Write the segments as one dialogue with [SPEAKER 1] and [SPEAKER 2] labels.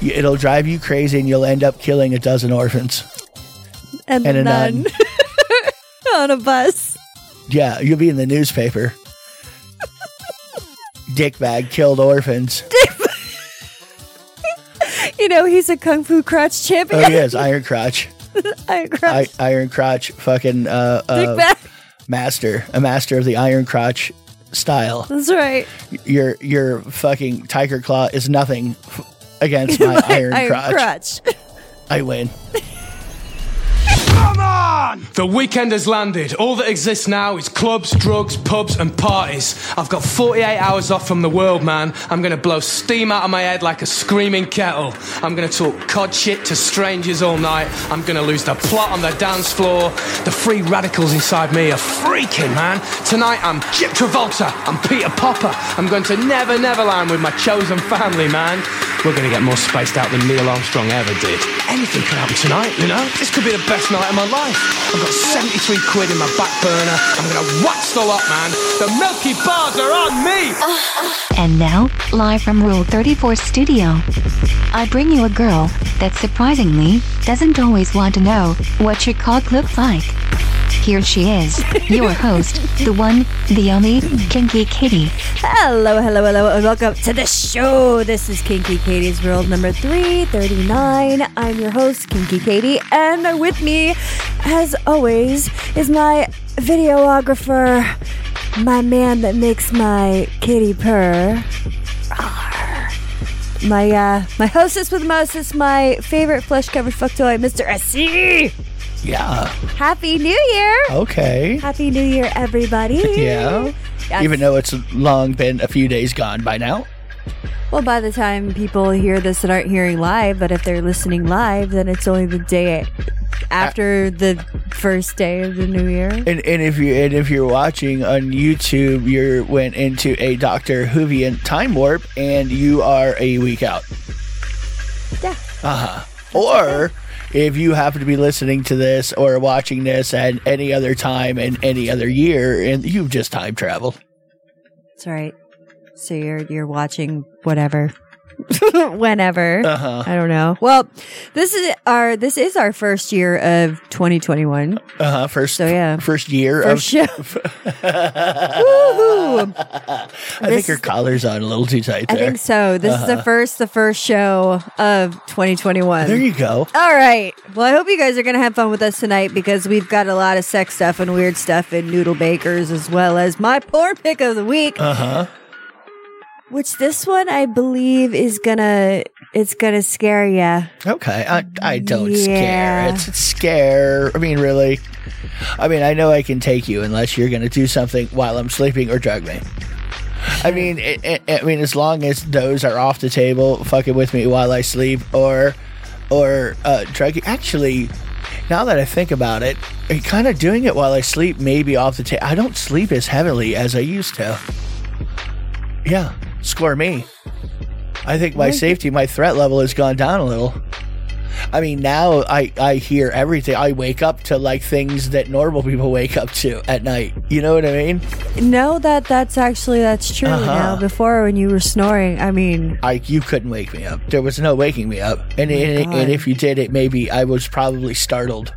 [SPEAKER 1] You- It'll drive you crazy, and you'll end up killing a dozen orphans.
[SPEAKER 2] and,
[SPEAKER 1] And a
[SPEAKER 2] none on a bus.
[SPEAKER 1] Yeah, you'll be in the newspaper. Dickbag killed orphans.
[SPEAKER 2] You know, he's a kung fu crotch
[SPEAKER 1] Oh
[SPEAKER 2] champion.
[SPEAKER 1] yes, Iron Crotch,
[SPEAKER 2] I
[SPEAKER 1] I,
[SPEAKER 2] crotch
[SPEAKER 1] Iron Crotch, fucking uh,
[SPEAKER 2] dick
[SPEAKER 1] Oh, uh,
[SPEAKER 2] back.
[SPEAKER 1] master, a master of the Iron Crotch style.
[SPEAKER 2] That's right.
[SPEAKER 1] Your your fucking Tiger Claw is nothing f- against my, Iron, crotch. I win.
[SPEAKER 3] The weekend has landed. All that exists now is clubs, drugs, pubs, and parties. I've got 48 hours off from the world, man. I'm gonna blow steam out of my head like a screaming kettle. I'm gonna talk cod shit to strangers all night. I'm gonna lose the plot on the dance floor. The free radicals inside me are freaking, man. Tonight I'm Chip Travolta. I'm Peter Popper. I'm going to Never Neverland with my chosen family, man. We're gonna get more spaced out than Neil Armstrong ever did. Anything could happen tonight, you know? This could be the best night of my life. I've got 73 quid in my back burner. I'm gonna watch the lot, man. The Milky Bars are on me!
[SPEAKER 4] And now, live from Rule 34 Studio, I bring you a girl that surprisingly doesn't always want to know what your cock looks like. Here she is, your host, the one, the only, Kinky Kitty.
[SPEAKER 2] Hello, hello, hello, and welcome to the show. This is Kinky Katie's World number 339. I'm your host, Kinky Katie, and with me, as always, is my videographer, my man that makes my kitty purr. Arr. My uh, my hostess with Moses, my favorite flesh covered fuck toy, Mr. SC.
[SPEAKER 1] Yeah.
[SPEAKER 2] Happy New Year!
[SPEAKER 1] Okay.
[SPEAKER 2] Happy New Year, everybody!
[SPEAKER 1] Yeah.
[SPEAKER 2] Yes.
[SPEAKER 1] Even though it's long been a few days gone by now.
[SPEAKER 2] Well, by the time people hear this and aren't hearing live, but if they're listening live, then it's only the day after the first day of the new year.
[SPEAKER 1] And, and if you and if you're watching on YouTube, you went into a Doctor Whovian time warp, and you are a week out. Uh-huh.
[SPEAKER 2] Yeah.
[SPEAKER 1] Or if you happen to be listening to this or watching this at any other time and any other year, and you've just time traveled.
[SPEAKER 2] That's right. So you're you're watching whatever. Whenever.
[SPEAKER 1] Uh-huh.
[SPEAKER 2] I don't know. Well, this is our this is our first year of 2021.
[SPEAKER 1] Uh huh. First,
[SPEAKER 2] So, yeah.
[SPEAKER 1] first year
[SPEAKER 2] First
[SPEAKER 1] of.
[SPEAKER 2] show. Woohoo!
[SPEAKER 1] I
[SPEAKER 2] this
[SPEAKER 1] think your collar's on a little too tight
[SPEAKER 2] I
[SPEAKER 1] there.
[SPEAKER 2] think so. This is
[SPEAKER 1] Uh-huh.
[SPEAKER 2] the first the first show of 2021.
[SPEAKER 1] There you go.
[SPEAKER 2] All right. Well, I hope you guys are going to have fun with us tonight because we've got a lot of sex stuff and weird stuff and noodle bakers as well as my porn pick of the week,
[SPEAKER 1] Uh huh.
[SPEAKER 2] which this one I believe is going to it's going to scare ya.
[SPEAKER 1] Okay, I, I don't
[SPEAKER 2] Yeah.
[SPEAKER 1] scare. It's, it's scare. I mean, really. I mean, I know I can take you unless you're going to do something while I'm sleeping or drug me. I mean, it, it, I mean, as long as those are off the table, fucking with me while I sleep or or uh, drug. Actually, now that I think about it, kind of doing it while I sleep may be off the table. I don't sleep as heavily as I used to. Yeah, score me. I think my safety, my threat level has gone down a little. I mean, now I, I hear everything. I wake up to like things that normal people wake up to at night. You know what I mean?
[SPEAKER 2] No, that that's actually that's true
[SPEAKER 1] Uh-huh.
[SPEAKER 2] now. Before when you were snoring, I mean,
[SPEAKER 1] I you couldn't wake me up. There was no waking me up. And and,
[SPEAKER 2] God.
[SPEAKER 1] and if you did, it maybe I was probably startled.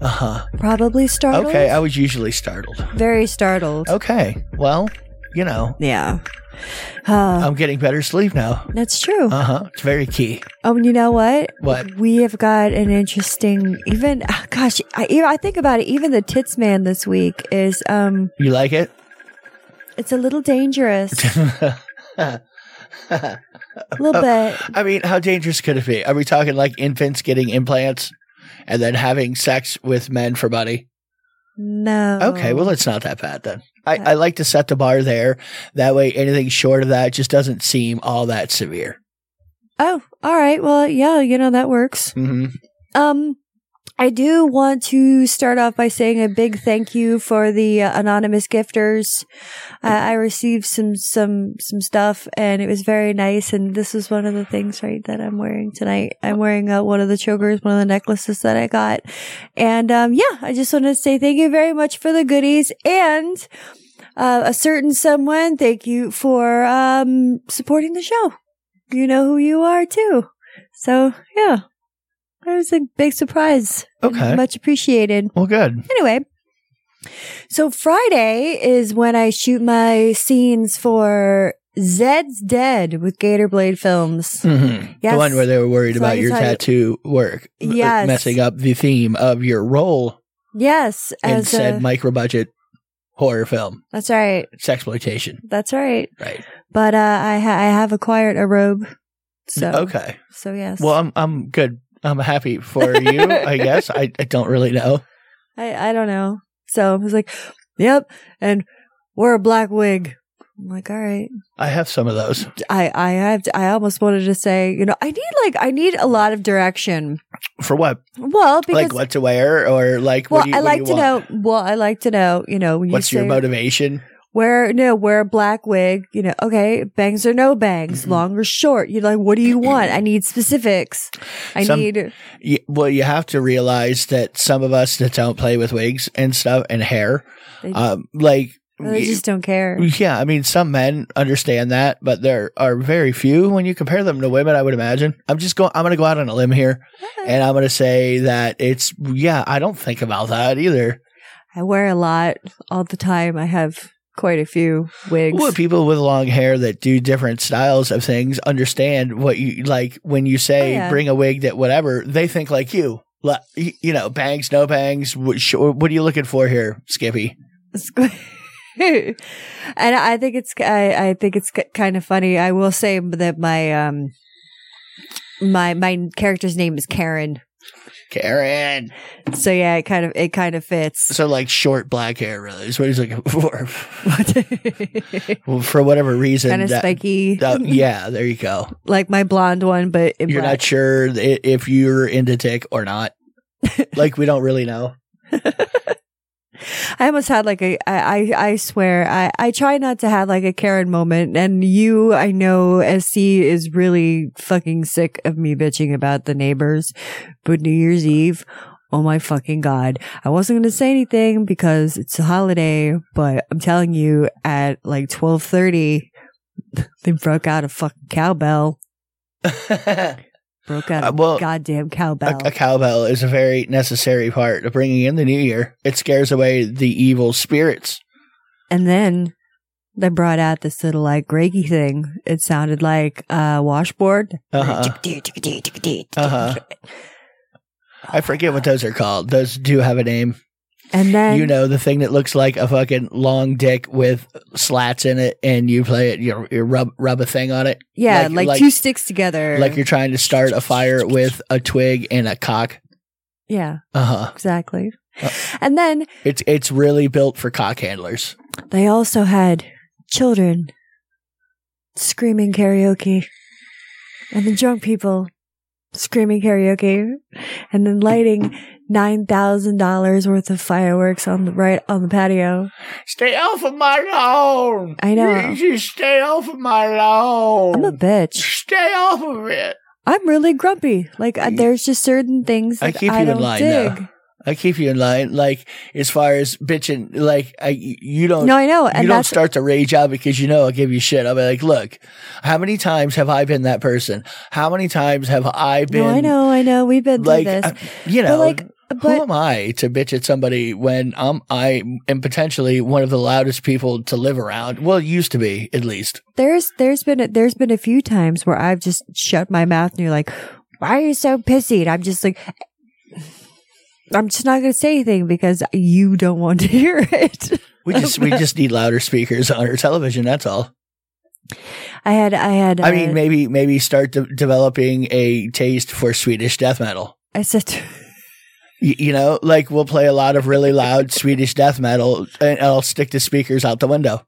[SPEAKER 1] Uh-huh.
[SPEAKER 2] probably startled.
[SPEAKER 1] Okay, I Oh. was usually startled.
[SPEAKER 2] very startled.
[SPEAKER 1] Okay, well, you know,
[SPEAKER 2] Yeah.
[SPEAKER 1] I'm getting better sleep now.
[SPEAKER 2] That's true.
[SPEAKER 1] Uh huh. It's very key.
[SPEAKER 2] Oh, and you know what?
[SPEAKER 1] What?
[SPEAKER 2] We have got an interesting, even, ah, gosh, I, you know, I think about it. Even the tits man this week is, um,
[SPEAKER 1] You like it?
[SPEAKER 2] it's a little dangerous. a little bit.
[SPEAKER 1] I mean, how dangerous could it be? Are we talking like infants getting implants and then having sex with men for money?
[SPEAKER 2] No.
[SPEAKER 1] Okay, well, it's not that bad then. I, I like to set the bar there. That way, anything short of that just doesn't seem all that severe.
[SPEAKER 2] Oh, all right. Well, yeah, you know, that works.
[SPEAKER 1] hmm
[SPEAKER 2] Um, I do want to start off by saying a big thank you for the uh, anonymous gifters. I I received some some some stuff, and it was very nice. And this is one of the things, right, that I'm wearing tonight. I'm wearing uh, one of the chokers, one of the necklaces that I got, and um, yeah, I just want to say thank you very much for the goodies and. Uh, a certain someone, thank you for um, supporting the show. You know who you are too. So yeah, that was a big surprise.
[SPEAKER 1] Okay.
[SPEAKER 2] much appreciated.
[SPEAKER 1] Well, good.
[SPEAKER 2] Anyway, so Friday is when I shoot my scenes for Zed's Dead with Gator Blade Films.
[SPEAKER 1] Mm-hmm.
[SPEAKER 2] Yes.
[SPEAKER 1] The one where they were worried
[SPEAKER 2] So I
[SPEAKER 1] about
[SPEAKER 2] can
[SPEAKER 1] your
[SPEAKER 2] tell you-
[SPEAKER 1] tattoo work m- uh,
[SPEAKER 2] Yes.
[SPEAKER 1] messing up the theme of your role
[SPEAKER 2] Yes,
[SPEAKER 1] in
[SPEAKER 2] as
[SPEAKER 1] said
[SPEAKER 2] a,
[SPEAKER 1] micro budget horror film,
[SPEAKER 2] that's right.
[SPEAKER 1] sexploitation.
[SPEAKER 2] That's right.
[SPEAKER 1] Right.
[SPEAKER 2] But uh, I ha- I have acquired a robe. So
[SPEAKER 1] Okay.
[SPEAKER 2] So yes.
[SPEAKER 1] Well, um- I'm I'm good. I'm happy for you. I guess I, I don't really know.
[SPEAKER 2] I I don't know. So I was like, yep, and wear a black wig. I'm like, all right.
[SPEAKER 1] I have some of those.
[SPEAKER 2] I I have to, I almost wanted to say, you know, I need like I need a lot of direction.
[SPEAKER 1] For what?
[SPEAKER 2] Well, because
[SPEAKER 1] like what to wear or like
[SPEAKER 2] well,
[SPEAKER 1] what do you,
[SPEAKER 2] I
[SPEAKER 1] what do
[SPEAKER 2] like
[SPEAKER 1] you
[SPEAKER 2] to
[SPEAKER 1] want?
[SPEAKER 2] know. Well, I like to know. You know, when
[SPEAKER 1] What's
[SPEAKER 2] you
[SPEAKER 1] your
[SPEAKER 2] say,
[SPEAKER 1] motivation?
[SPEAKER 2] Wear no, wear a black wig. You know, okay, bangs or no bangs,
[SPEAKER 1] Mm-hmm.
[SPEAKER 2] long or short. You're like, what do you want? I need specifics. I
[SPEAKER 1] Some-
[SPEAKER 2] need
[SPEAKER 1] Y well, you have to realize that some of us that don't play with wigs and stuff and hair,
[SPEAKER 2] They-
[SPEAKER 1] um, like
[SPEAKER 2] I just don't care.
[SPEAKER 1] Yeah, I mean, some men understand that, but there are very few when you compare them to women. I would imagine. I'm just going. I'm going to go out on a limb here, and I'm going to say that it's. Yeah, I don't think about that either.
[SPEAKER 2] I wear a lot all the time. I have quite a few wigs.
[SPEAKER 1] Well, people with long hair that do different styles of things understand what you like when you say
[SPEAKER 2] Oh, yeah.
[SPEAKER 1] bring a wig that whatever they think like you. Li- y- You know, bangs, no bangs. What sh- what are you looking for here, Skippy?
[SPEAKER 2] and I think it's I, I think it's kind of funny. I will say that my um my my character's name is Karen,
[SPEAKER 1] Karen.
[SPEAKER 2] so yeah, it kind of it kind of fits.
[SPEAKER 1] So like short black hair really is what he's looking for. Well, for whatever reason,
[SPEAKER 2] kind of
[SPEAKER 1] that-
[SPEAKER 2] spiky,
[SPEAKER 1] that- yeah, there you go.
[SPEAKER 2] like my blonde one, but in
[SPEAKER 1] You're
[SPEAKER 2] black.
[SPEAKER 1] not sure i- if you're into dick or not. like we don't really know.
[SPEAKER 2] I almost had like a I I, I swear I I try not to have like a Karen moment, and you I know SC is really fucking sick of me bitching about the neighbors, but New Year's Eve. Oh my fucking god. I wasn't going to say anything because it's a holiday, but I'm telling you at like 12:30 they broke out a fucking cowbell.
[SPEAKER 1] a,
[SPEAKER 2] Broke out a
[SPEAKER 1] Uh, well,
[SPEAKER 2] goddamn cowbell.
[SPEAKER 1] a cowbell is a very necessary part of bringing in the new year. It scares away the evil spirits.
[SPEAKER 2] And then they brought out this little like Reiki thing. It sounded like a washboard.
[SPEAKER 1] Uh-huh. Uh-huh. I forget what those are called. Those do have a name.
[SPEAKER 2] And then
[SPEAKER 1] you know, the thing that looks like a fucking long dick with slats in it, and you play it, you, you rub, rub a thing on it.
[SPEAKER 2] yeah,
[SPEAKER 1] like-
[SPEAKER 2] like,
[SPEAKER 1] like-
[SPEAKER 2] two sticks together.
[SPEAKER 1] Like you're trying to start a fire with a twig and a cock.
[SPEAKER 2] yeah,
[SPEAKER 1] Uh huh.
[SPEAKER 2] exactly.
[SPEAKER 1] Uh.
[SPEAKER 2] and then
[SPEAKER 1] It's it's really built for cock handlers.
[SPEAKER 2] they also had children screaming karaoke, and then drunk people screaming karaoke, and then lighting nine thousand dollars worth of fireworks on the right on the patio.
[SPEAKER 1] Stay off of my lawn.
[SPEAKER 2] I know.
[SPEAKER 1] You just stay off of my
[SPEAKER 2] I'm
[SPEAKER 1] lawn.
[SPEAKER 2] a bitch.
[SPEAKER 1] stay off of it.
[SPEAKER 2] I'm really grumpy. Like I, there's just certain things
[SPEAKER 1] I
[SPEAKER 2] that I,
[SPEAKER 1] keep you in
[SPEAKER 2] don't
[SPEAKER 1] line, though.
[SPEAKER 2] dig.
[SPEAKER 1] I keep you in line. Like as far as bitching, like I, you don't.
[SPEAKER 2] No, I know, and
[SPEAKER 1] you don't
[SPEAKER 2] that's
[SPEAKER 1] start to rage out because you know I'll give you shit. I'll be like, look, how many times have I been that person? How many times have I been?
[SPEAKER 2] no, I know, I know. We've been
[SPEAKER 1] Like,
[SPEAKER 2] through this.
[SPEAKER 1] uh, you know,
[SPEAKER 2] like,
[SPEAKER 1] who
[SPEAKER 2] but-
[SPEAKER 1] am I to bitch at somebody when I'm I am potentially one of the loudest people to live around? Well, used to be at least.
[SPEAKER 2] there's there's been a, there's been a few times where I've just shut my mouth and you're like, why are you so pissy? And I'm just like, I'm just not gonna say anything because you don't want to hear it.
[SPEAKER 1] We just we just need louder speakers on our television. That's all.
[SPEAKER 2] I had I had.
[SPEAKER 1] I
[SPEAKER 2] uh,
[SPEAKER 1] mean, maybe maybe start de- developing a taste for Swedish death metal.
[SPEAKER 2] I said.
[SPEAKER 1] Y- you know, like we'll play a lot of really loud Swedish death metal, and I'll stick the speakers out the window.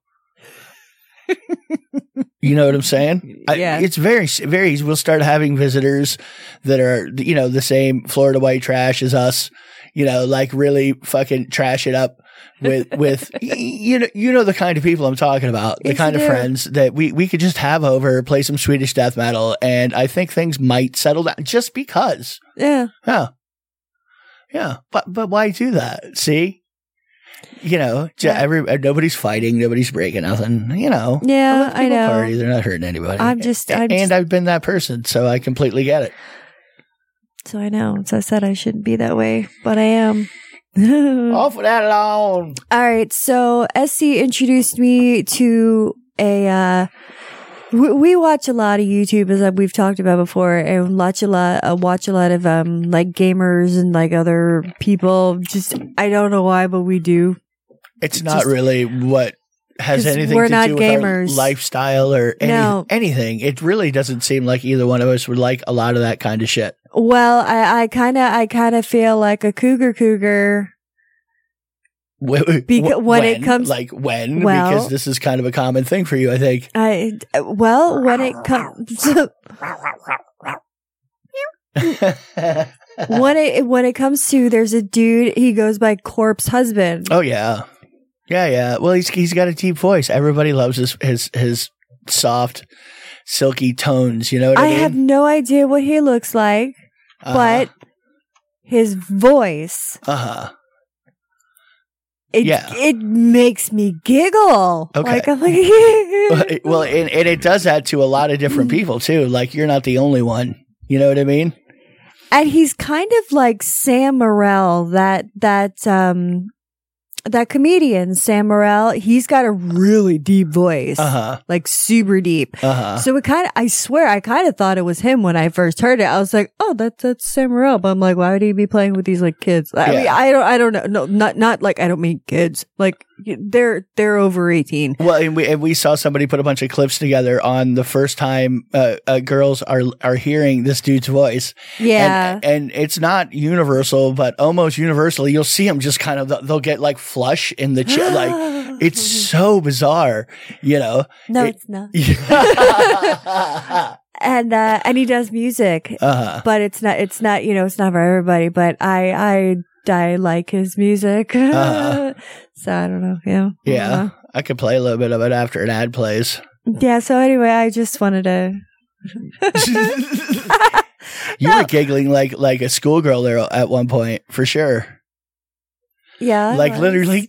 [SPEAKER 1] you know what I'm saying? I-
[SPEAKER 2] Yeah.
[SPEAKER 1] it's very very. We'll start having visitors that are you know the same Florida white trash as us. You know, like really fucking trash it up with with y- you know you know the kind of people I'm talking about, the
[SPEAKER 2] Yes,
[SPEAKER 1] kind
[SPEAKER 2] I
[SPEAKER 1] of
[SPEAKER 2] do.
[SPEAKER 1] friends that we we could just have over, play some Swedish death metal, and I think things might settle down just because.
[SPEAKER 2] Yeah,
[SPEAKER 1] Yeah. Yeah. But but why do that? See? you know, j- every uh, nobody's fighting, nobody's breaking nothing. You know,
[SPEAKER 2] Yeah, I
[SPEAKER 1] people
[SPEAKER 2] know.
[SPEAKER 1] party, they're not hurting anybody.
[SPEAKER 2] I'm just- I'm
[SPEAKER 1] and
[SPEAKER 2] just-
[SPEAKER 1] I've been that person, so I completely get it.
[SPEAKER 2] So I know. So I said I shouldn't be that way, but I am. Mm.
[SPEAKER 1] Off with that alone.
[SPEAKER 2] All right. So SC introduced me to a. Uh, we, we watch a lot of YouTube, as we've talked about before, and watch a lot, uh, watch a lot of um like gamers and like other people. Just I don't know why, but we do.
[SPEAKER 1] It's not
[SPEAKER 2] Just-
[SPEAKER 1] really what has
[SPEAKER 2] 'Cause
[SPEAKER 1] anything
[SPEAKER 2] we're
[SPEAKER 1] to
[SPEAKER 2] not
[SPEAKER 1] do
[SPEAKER 2] gamers.
[SPEAKER 1] with our lifestyle or any,
[SPEAKER 2] No.
[SPEAKER 1] anything. It really doesn't seem like either one of us would like a lot of that kind of shit.
[SPEAKER 2] Well, I I kind of I kind of feel like a cougar cougar.
[SPEAKER 1] Wh- wh-
[SPEAKER 2] Beca- when it comes-
[SPEAKER 1] like when,
[SPEAKER 2] Well-
[SPEAKER 1] because this is kind of a common thing for you, I think.
[SPEAKER 2] I well when it comes Mm. when it when it comes to there's a dude he goes by corpse husband.
[SPEAKER 1] oh yeah, yeah, yeah. Well, he's he's got a deep voice. Everybody loves his his his soft, silky tones. You know what I,
[SPEAKER 2] I
[SPEAKER 1] mean? Uh-huh,
[SPEAKER 2] have no idea what he looks like, but his voice
[SPEAKER 1] uh huh.
[SPEAKER 2] it
[SPEAKER 1] Yeah.
[SPEAKER 2] it makes me giggle.
[SPEAKER 1] Okay.
[SPEAKER 2] Like I'm like
[SPEAKER 1] well, and, and it does that to a lot of
[SPEAKER 2] Mm.
[SPEAKER 1] different people too. Like you're not the only one. You know what I mean?
[SPEAKER 2] and he's kind of like Sam Morril, that that um that comedian Sam Morril. He's got a really deep voice.
[SPEAKER 1] Uh huh.
[SPEAKER 2] Like super deep.
[SPEAKER 1] Uh huh.
[SPEAKER 2] So it kind of, I swear, I kind of thought it was him when I first heard it. I was like, oh, that's, that's Sam Morril. But I'm like, why would he be playing with these like kids? I mean,
[SPEAKER 1] Yeah.
[SPEAKER 2] I don't, I don't know. No, not, not like, I don't mean kids. Like y- they're, they're over 18.
[SPEAKER 1] Well, and we and we saw somebody put a bunch of clips together on the first time uh, uh, girls are are hearing this dude's voice.
[SPEAKER 2] Yeah.
[SPEAKER 1] And, and it's not universal, but almost universally, you'll see them just kind of they'll get like flush in the chin, like. It's so bizarre, you know.
[SPEAKER 2] no,
[SPEAKER 1] it-
[SPEAKER 2] it's not.
[SPEAKER 1] uh-huh.
[SPEAKER 2] And, uh, and he does music, but it's not, it's not, you know, it's not for everybody, but I, I, I like his music.
[SPEAKER 1] Uh-huh.
[SPEAKER 2] so I don't know. Yeah. Uh-huh.
[SPEAKER 1] Yeah, I could play a little bit of it after an ad plays.
[SPEAKER 2] Yeah. So anyway, I just wanted to.
[SPEAKER 1] you were giggling like like a schoolgirl there at one point for sure.
[SPEAKER 2] Yeah. I
[SPEAKER 1] like
[SPEAKER 2] was.
[SPEAKER 1] literally,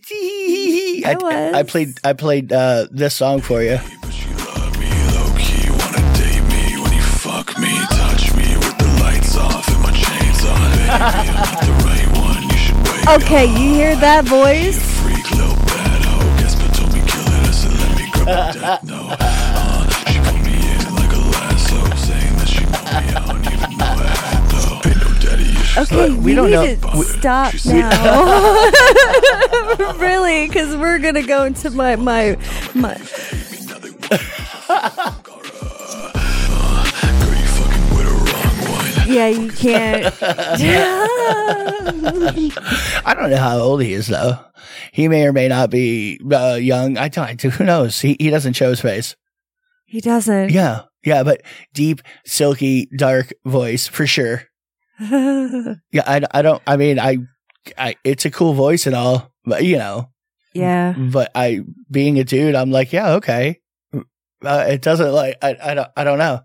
[SPEAKER 2] I
[SPEAKER 1] I,
[SPEAKER 2] was.
[SPEAKER 1] I played I played uh, this song for you.
[SPEAKER 5] But you love me low key, wanna date me when you fuck me, touch me with the lights off and my chains on. Baby, I'm not the right one, you should wait.
[SPEAKER 2] Okay. You hear that voice?
[SPEAKER 5] Freak, little bad hoe, Gasper told me kill it, I said let me grab a death note. Uh, she put me in like a lasso, saying that she know me, I don't even know her half, though. Ain't no daddy issues.
[SPEAKER 2] Okay,
[SPEAKER 1] Look,
[SPEAKER 2] we
[SPEAKER 1] we don't
[SPEAKER 2] need
[SPEAKER 5] know-
[SPEAKER 2] to
[SPEAKER 5] we-
[SPEAKER 2] stop
[SPEAKER 5] She's-
[SPEAKER 2] now. really, because we're gonna go into my my my.
[SPEAKER 5] Another one. Uh, girl, you fucking with a wrong one.
[SPEAKER 2] Yeah, you can't.
[SPEAKER 1] I don't know how old he is though. He may or may not be uh, young. I don't. Who knows? He he doesn't show his face.
[SPEAKER 2] he doesn't.
[SPEAKER 1] Yeah, yeah, but deep, silky, dark voice for sure. Yeah, I, I don't. I mean, I, I it's a cool voice and all, but you know,
[SPEAKER 2] yeah.
[SPEAKER 1] but I being a dude, I'm like, yeah, okay. Uh, it doesn't like I I don't I don't know.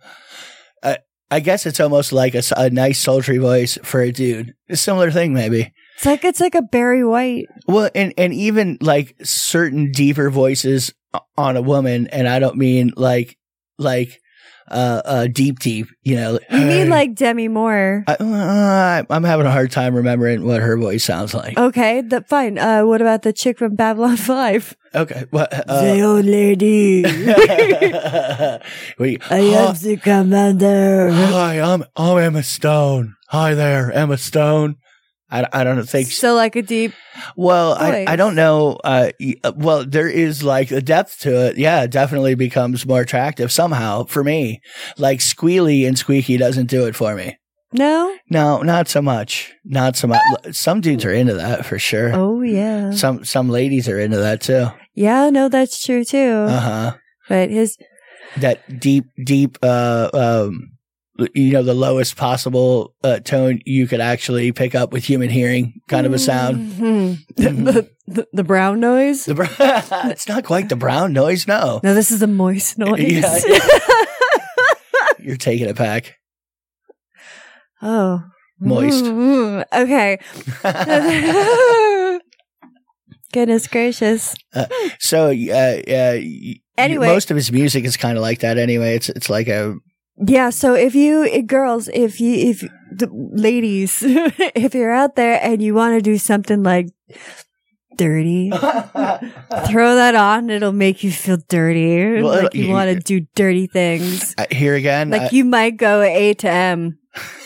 [SPEAKER 1] I I guess it's almost like a, s- a nice sultry voice for a dude. A similar thing maybe.
[SPEAKER 2] It's like it's like a Barry White.
[SPEAKER 1] Well, and and even like certain deeper voices o- on a woman, and I don't mean like like uh uh deep deep. You know,
[SPEAKER 2] You mean
[SPEAKER 1] "Hey."
[SPEAKER 2] like Demi Moore?
[SPEAKER 1] I, uh, I'm having a hard time remembering what her voice sounds like.
[SPEAKER 2] Okay, that fine. Uh, what about the chick from Babylon Five?
[SPEAKER 1] Okay, what?
[SPEAKER 2] the
[SPEAKER 1] Uh,
[SPEAKER 2] old lady.
[SPEAKER 1] we,
[SPEAKER 2] I am the commander.
[SPEAKER 1] hi, I'm I'm Emma Stone. Hi there, Emma Stone. I, I don't think
[SPEAKER 2] So like a deep.
[SPEAKER 1] Well, I,
[SPEAKER 2] voice.
[SPEAKER 1] I don't know. Uh, y- uh, well, there is like a depth to it. Yeah, it definitely becomes more attractive somehow for me. Like squealy and squeaky doesn't do it for me.
[SPEAKER 2] No.
[SPEAKER 1] No, not so much. Not so much. Some dudes are into that for sure.
[SPEAKER 2] Oh yeah.
[SPEAKER 1] Some some ladies are into that too.
[SPEAKER 2] Yeah. No, that's true too.
[SPEAKER 1] Uh huh.
[SPEAKER 2] But his
[SPEAKER 1] That deep, deep. Uh, um, you know, the lowest possible uh, tone you could actually pick up with human hearing, kind of a sound.
[SPEAKER 2] Mhm. the, the, the brown noise.
[SPEAKER 1] The br- it's not quite the brown noise. No,
[SPEAKER 2] no, this is a moist noise.
[SPEAKER 1] Yeah, you're taking it back.
[SPEAKER 2] oh, Mm-hmm.
[SPEAKER 1] Moist.
[SPEAKER 2] Mm, okay. Goodness gracious.
[SPEAKER 1] So, uh, uh, y-
[SPEAKER 2] Anyway.
[SPEAKER 1] most of his music is kind of like that. Anyway, it's it's like a
[SPEAKER 2] Yeah, so if you eh, girls, if you if the ladies, if you're out there and you want to do something like dirty,
[SPEAKER 1] uh,
[SPEAKER 2] throw that on. It'll make you feel dirty.
[SPEAKER 1] Well,
[SPEAKER 2] like you
[SPEAKER 1] y-
[SPEAKER 2] want to do dirty things.
[SPEAKER 1] uh, here again.
[SPEAKER 2] Like you might go A to M.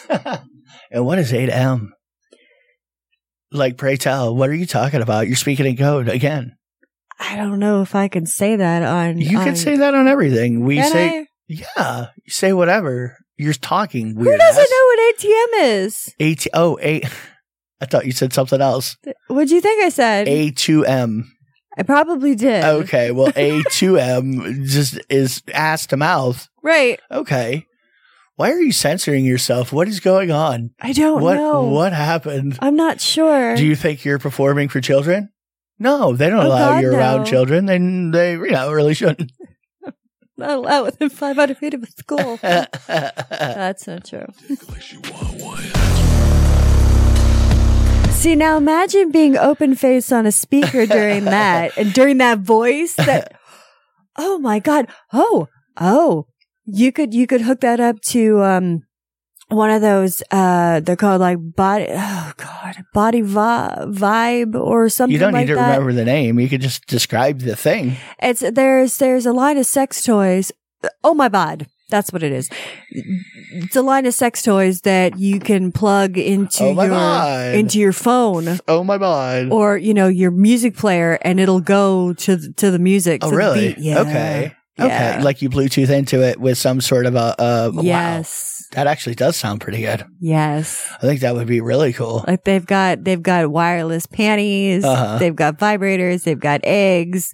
[SPEAKER 1] uh, and what is eight M? Like, pray tell, what are you talking about? You're speaking in code again.
[SPEAKER 2] I don't know if I can say that on.
[SPEAKER 1] You
[SPEAKER 2] on-
[SPEAKER 1] can say that on everything. We
[SPEAKER 2] Can
[SPEAKER 1] say,
[SPEAKER 2] I?
[SPEAKER 1] yeah, you say whatever. You're talking weird.
[SPEAKER 2] Who doesn't know what ATM is?
[SPEAKER 1] Eight oh eight. I thought you said something else.
[SPEAKER 2] What'd you think I said? I
[SPEAKER 1] A two M.
[SPEAKER 2] probably did.
[SPEAKER 1] Okay, well, A two M just is ass to mouth.
[SPEAKER 2] Right.
[SPEAKER 1] Okay, why are you censoring yourself? What is going on?
[SPEAKER 2] I don't
[SPEAKER 1] what
[SPEAKER 2] know.
[SPEAKER 1] what happened?
[SPEAKER 2] Oh, I'm not sure.
[SPEAKER 1] Do you think you're performing for children? No, they don't
[SPEAKER 2] Oh,
[SPEAKER 1] allow
[SPEAKER 2] God,
[SPEAKER 1] you around
[SPEAKER 2] no.
[SPEAKER 1] children. They they you know really shouldn't.
[SPEAKER 2] not allowed within 500 feet of a school.
[SPEAKER 1] That's
[SPEAKER 2] That's not true.
[SPEAKER 5] Like she want one.
[SPEAKER 2] See, now imagine being open faced on a speaker during that and during that voice that, oh my God. Oh, oh, you could, you could hook that up to, um, one of those, uh, they're called like body, oh God, body vi- vibe or something
[SPEAKER 1] you don't
[SPEAKER 2] like
[SPEAKER 1] need to
[SPEAKER 2] that.
[SPEAKER 1] remember the name. You could just describe the thing.
[SPEAKER 2] It's, there's, there's a line of sex toys. Oh my God. That's what it is. It's a line of sex toys that you can plug into
[SPEAKER 1] Oh my
[SPEAKER 2] your,
[SPEAKER 1] God.
[SPEAKER 2] into your phone.
[SPEAKER 1] Oh my god!
[SPEAKER 2] or you know your music player and it'll go to th- to the music.
[SPEAKER 1] oh
[SPEAKER 2] to the
[SPEAKER 1] really?
[SPEAKER 2] beat. Yeah.
[SPEAKER 1] Okay.
[SPEAKER 2] Yeah.
[SPEAKER 1] Okay. Like you Bluetooth into it with some sort of a. Uh, Wow.
[SPEAKER 2] yes.
[SPEAKER 1] That actually does sound pretty good.
[SPEAKER 2] Yes.
[SPEAKER 1] I think that would be really cool.
[SPEAKER 2] Like they've got they've got wireless panties.
[SPEAKER 1] Uh-huh.
[SPEAKER 2] They've got vibrators. They've got eggs.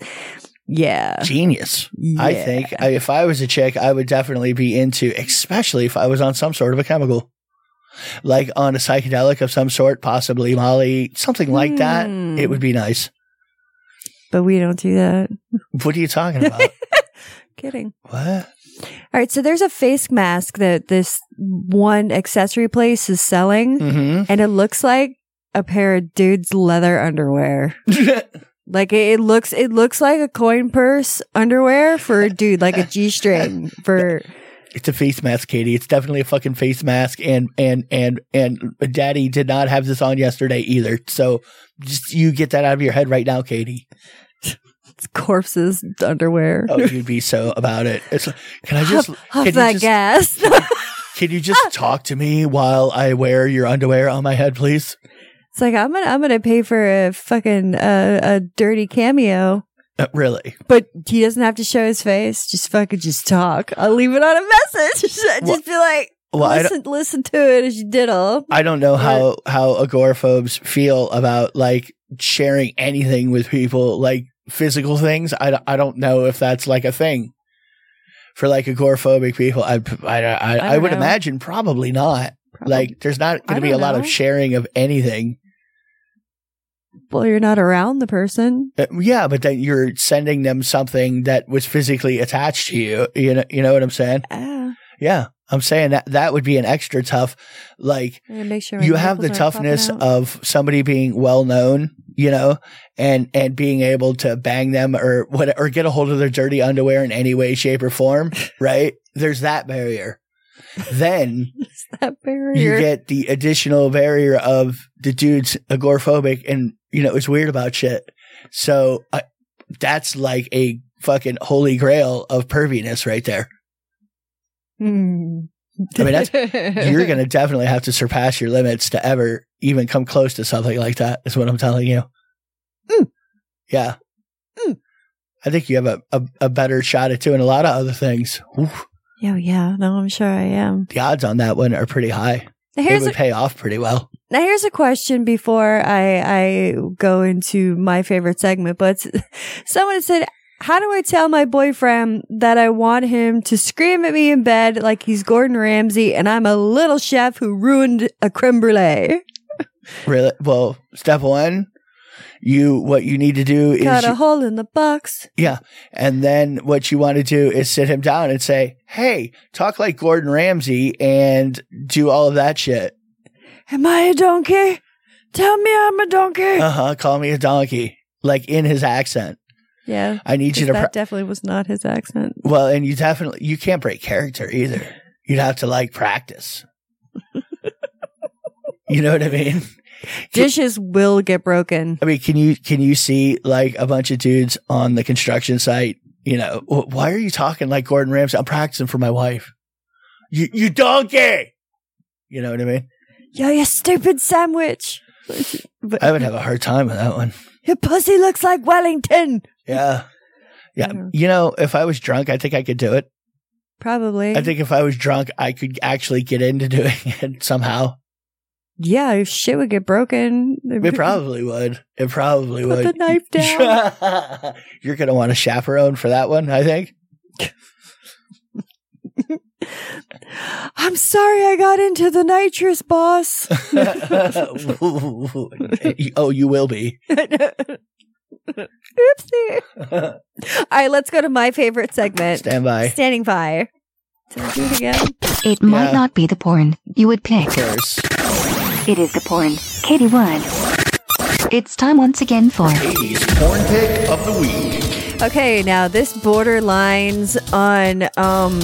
[SPEAKER 2] Yeah.
[SPEAKER 1] Genius. I
[SPEAKER 2] Uh, Yeah.
[SPEAKER 1] think I, if I was a chick, I would definitely be into, especially if I was on some sort of a chemical, like on a psychedelic of some sort, possibly Molly, something like that.
[SPEAKER 2] Hmm.
[SPEAKER 1] It would be nice.
[SPEAKER 2] But we don't do that.
[SPEAKER 1] What are you talking about?
[SPEAKER 2] Kidding.
[SPEAKER 1] what?
[SPEAKER 2] All right. So there's a face mask that this one accessory place is selling,
[SPEAKER 1] hmm
[SPEAKER 2] and it looks like a pair of dude's leather underwear. Like it, it looks, it looks like a coin purse underwear for a dude, like a g string for.
[SPEAKER 1] it's a face mask, Katie. It's definitely a fucking face mask. And and and and Daddy did not have this on yesterday either. So just you get that out of your head right now, Katie.
[SPEAKER 2] It's corpses underwear.
[SPEAKER 1] Oh, you'd be so about it. It's like, can I just
[SPEAKER 2] Huff, huff
[SPEAKER 1] can you
[SPEAKER 2] that
[SPEAKER 1] just
[SPEAKER 2] gas. it's
[SPEAKER 1] Can you just talk to me while I wear your underwear on my head, please?
[SPEAKER 2] like I'm gonna, I'm gonna pay for a fucking uh, a dirty cameo,
[SPEAKER 1] Uh, really?
[SPEAKER 2] but he doesn't have to show his face. Just fucking just talk. I'll leave it on a message. just
[SPEAKER 1] Well-
[SPEAKER 2] be like,
[SPEAKER 1] Well, I don't,
[SPEAKER 2] listen, listen to it as you diddle.
[SPEAKER 1] I don't know how how agoraphobes feel about like sharing anything with people, like physical things. I, don't- I don't know if that's like a thing for like agoraphobic people. I I I, I,
[SPEAKER 2] don't
[SPEAKER 1] would
[SPEAKER 2] know.
[SPEAKER 1] imagine probably not. Like, there's not going
[SPEAKER 2] I
[SPEAKER 1] to be a
[SPEAKER 2] don't
[SPEAKER 1] lot
[SPEAKER 2] know.
[SPEAKER 1] of sharing of anything.
[SPEAKER 2] well, you're not around the person.
[SPEAKER 1] Uh, yeah, but then you're sending them something that was physically attached to you. You know, you know what I'm saying?
[SPEAKER 2] Ah,
[SPEAKER 1] Yeah, I'm saying that that would be an extra tough. Like
[SPEAKER 2] I'm gonna make sure my
[SPEAKER 1] you have the
[SPEAKER 2] nipples aren't popping
[SPEAKER 1] toughness
[SPEAKER 2] out.
[SPEAKER 1] of somebody being well known, you know, and and being able to bang them or what or get a hold of their dirty underwear in any way, shape, or form. Right? There's that barrier. Then
[SPEAKER 2] It's that barrier.
[SPEAKER 1] you get the additional barrier of the dude's agoraphobic and you know is weird about shit. So I that's like a fucking holy grail of perviness right there.
[SPEAKER 2] Mm.
[SPEAKER 1] I mean, that's- you're going to definitely have to surpass your limits to ever even come close to something like that, is what I'm telling you.
[SPEAKER 2] Hmm.
[SPEAKER 1] Yeah. I think you have a, a, a better shot at doing a lot of other things. Oof,
[SPEAKER 2] Yeah, yeah. No, I'm sure I am.
[SPEAKER 1] the odds on that one are pretty high.
[SPEAKER 2] Now
[SPEAKER 1] It
[SPEAKER 2] here's
[SPEAKER 1] would
[SPEAKER 2] a,
[SPEAKER 1] pay off pretty well.
[SPEAKER 2] now here's a question before I I go into my favorite segment. But s- someone said, "How do I tell my boyfriend that I want him to scream at me in bed like he's Gordon Ramsay and I'm a little chef who ruined a creme brulee?
[SPEAKER 1] Really? Well, step one, you what you need to do is
[SPEAKER 2] Got
[SPEAKER 1] you-
[SPEAKER 2] a hole in the box."
[SPEAKER 1] Yeah. And then what you want to do is sit him down and say, Hey, talk like Gordon Ramsay and do all of that shit.
[SPEAKER 2] Am I a donkey? Tell me I'm a donkey.
[SPEAKER 1] Uh huh. Call Uh-huh, me a donkey. like in his accent.
[SPEAKER 2] Yeah.
[SPEAKER 1] I need you to.
[SPEAKER 2] that
[SPEAKER 1] Pra-
[SPEAKER 2] definitely was not his accent.
[SPEAKER 1] well, and you definitely you can't break character either. You'd have to like practice. you know what I mean?
[SPEAKER 2] Dishes will get broken.
[SPEAKER 1] I mean, can you can you see like a bunch of dudes on the construction site? You know, "Wh- why are you talking like Gordon Ramsay? I'm practicing for my wife. You you donkey. You know what I mean?
[SPEAKER 2] Yo, you stupid sandwich. but
[SPEAKER 1] I would have a hard time with that one.
[SPEAKER 2] your pussy looks like Wellington.
[SPEAKER 1] Yeah. Yeah.
[SPEAKER 2] Yeah.
[SPEAKER 1] You know, if I was drunk, I think I could do it.
[SPEAKER 2] Probably.
[SPEAKER 1] I think if I was drunk, I could actually get into doing it somehow.
[SPEAKER 2] Yeah, if shit would get broken.
[SPEAKER 1] It probably would. It probably
[SPEAKER 2] Put
[SPEAKER 1] would.
[SPEAKER 2] the knife
[SPEAKER 1] down. You're going to want a chaperone for that one, I think.
[SPEAKER 2] I'm sorry I got into the nitrous, boss.
[SPEAKER 1] oh, you will be.
[SPEAKER 2] Oopsie. All right, let's go to my favorite segment.
[SPEAKER 1] Stand by.
[SPEAKER 2] Standing by. Did I do it again?
[SPEAKER 4] It might
[SPEAKER 1] Yeah.
[SPEAKER 4] not be the porn you would pick.
[SPEAKER 1] Cares.
[SPEAKER 4] It is the porn Katie would. It's time once again for
[SPEAKER 2] Okay, now this borderlines on um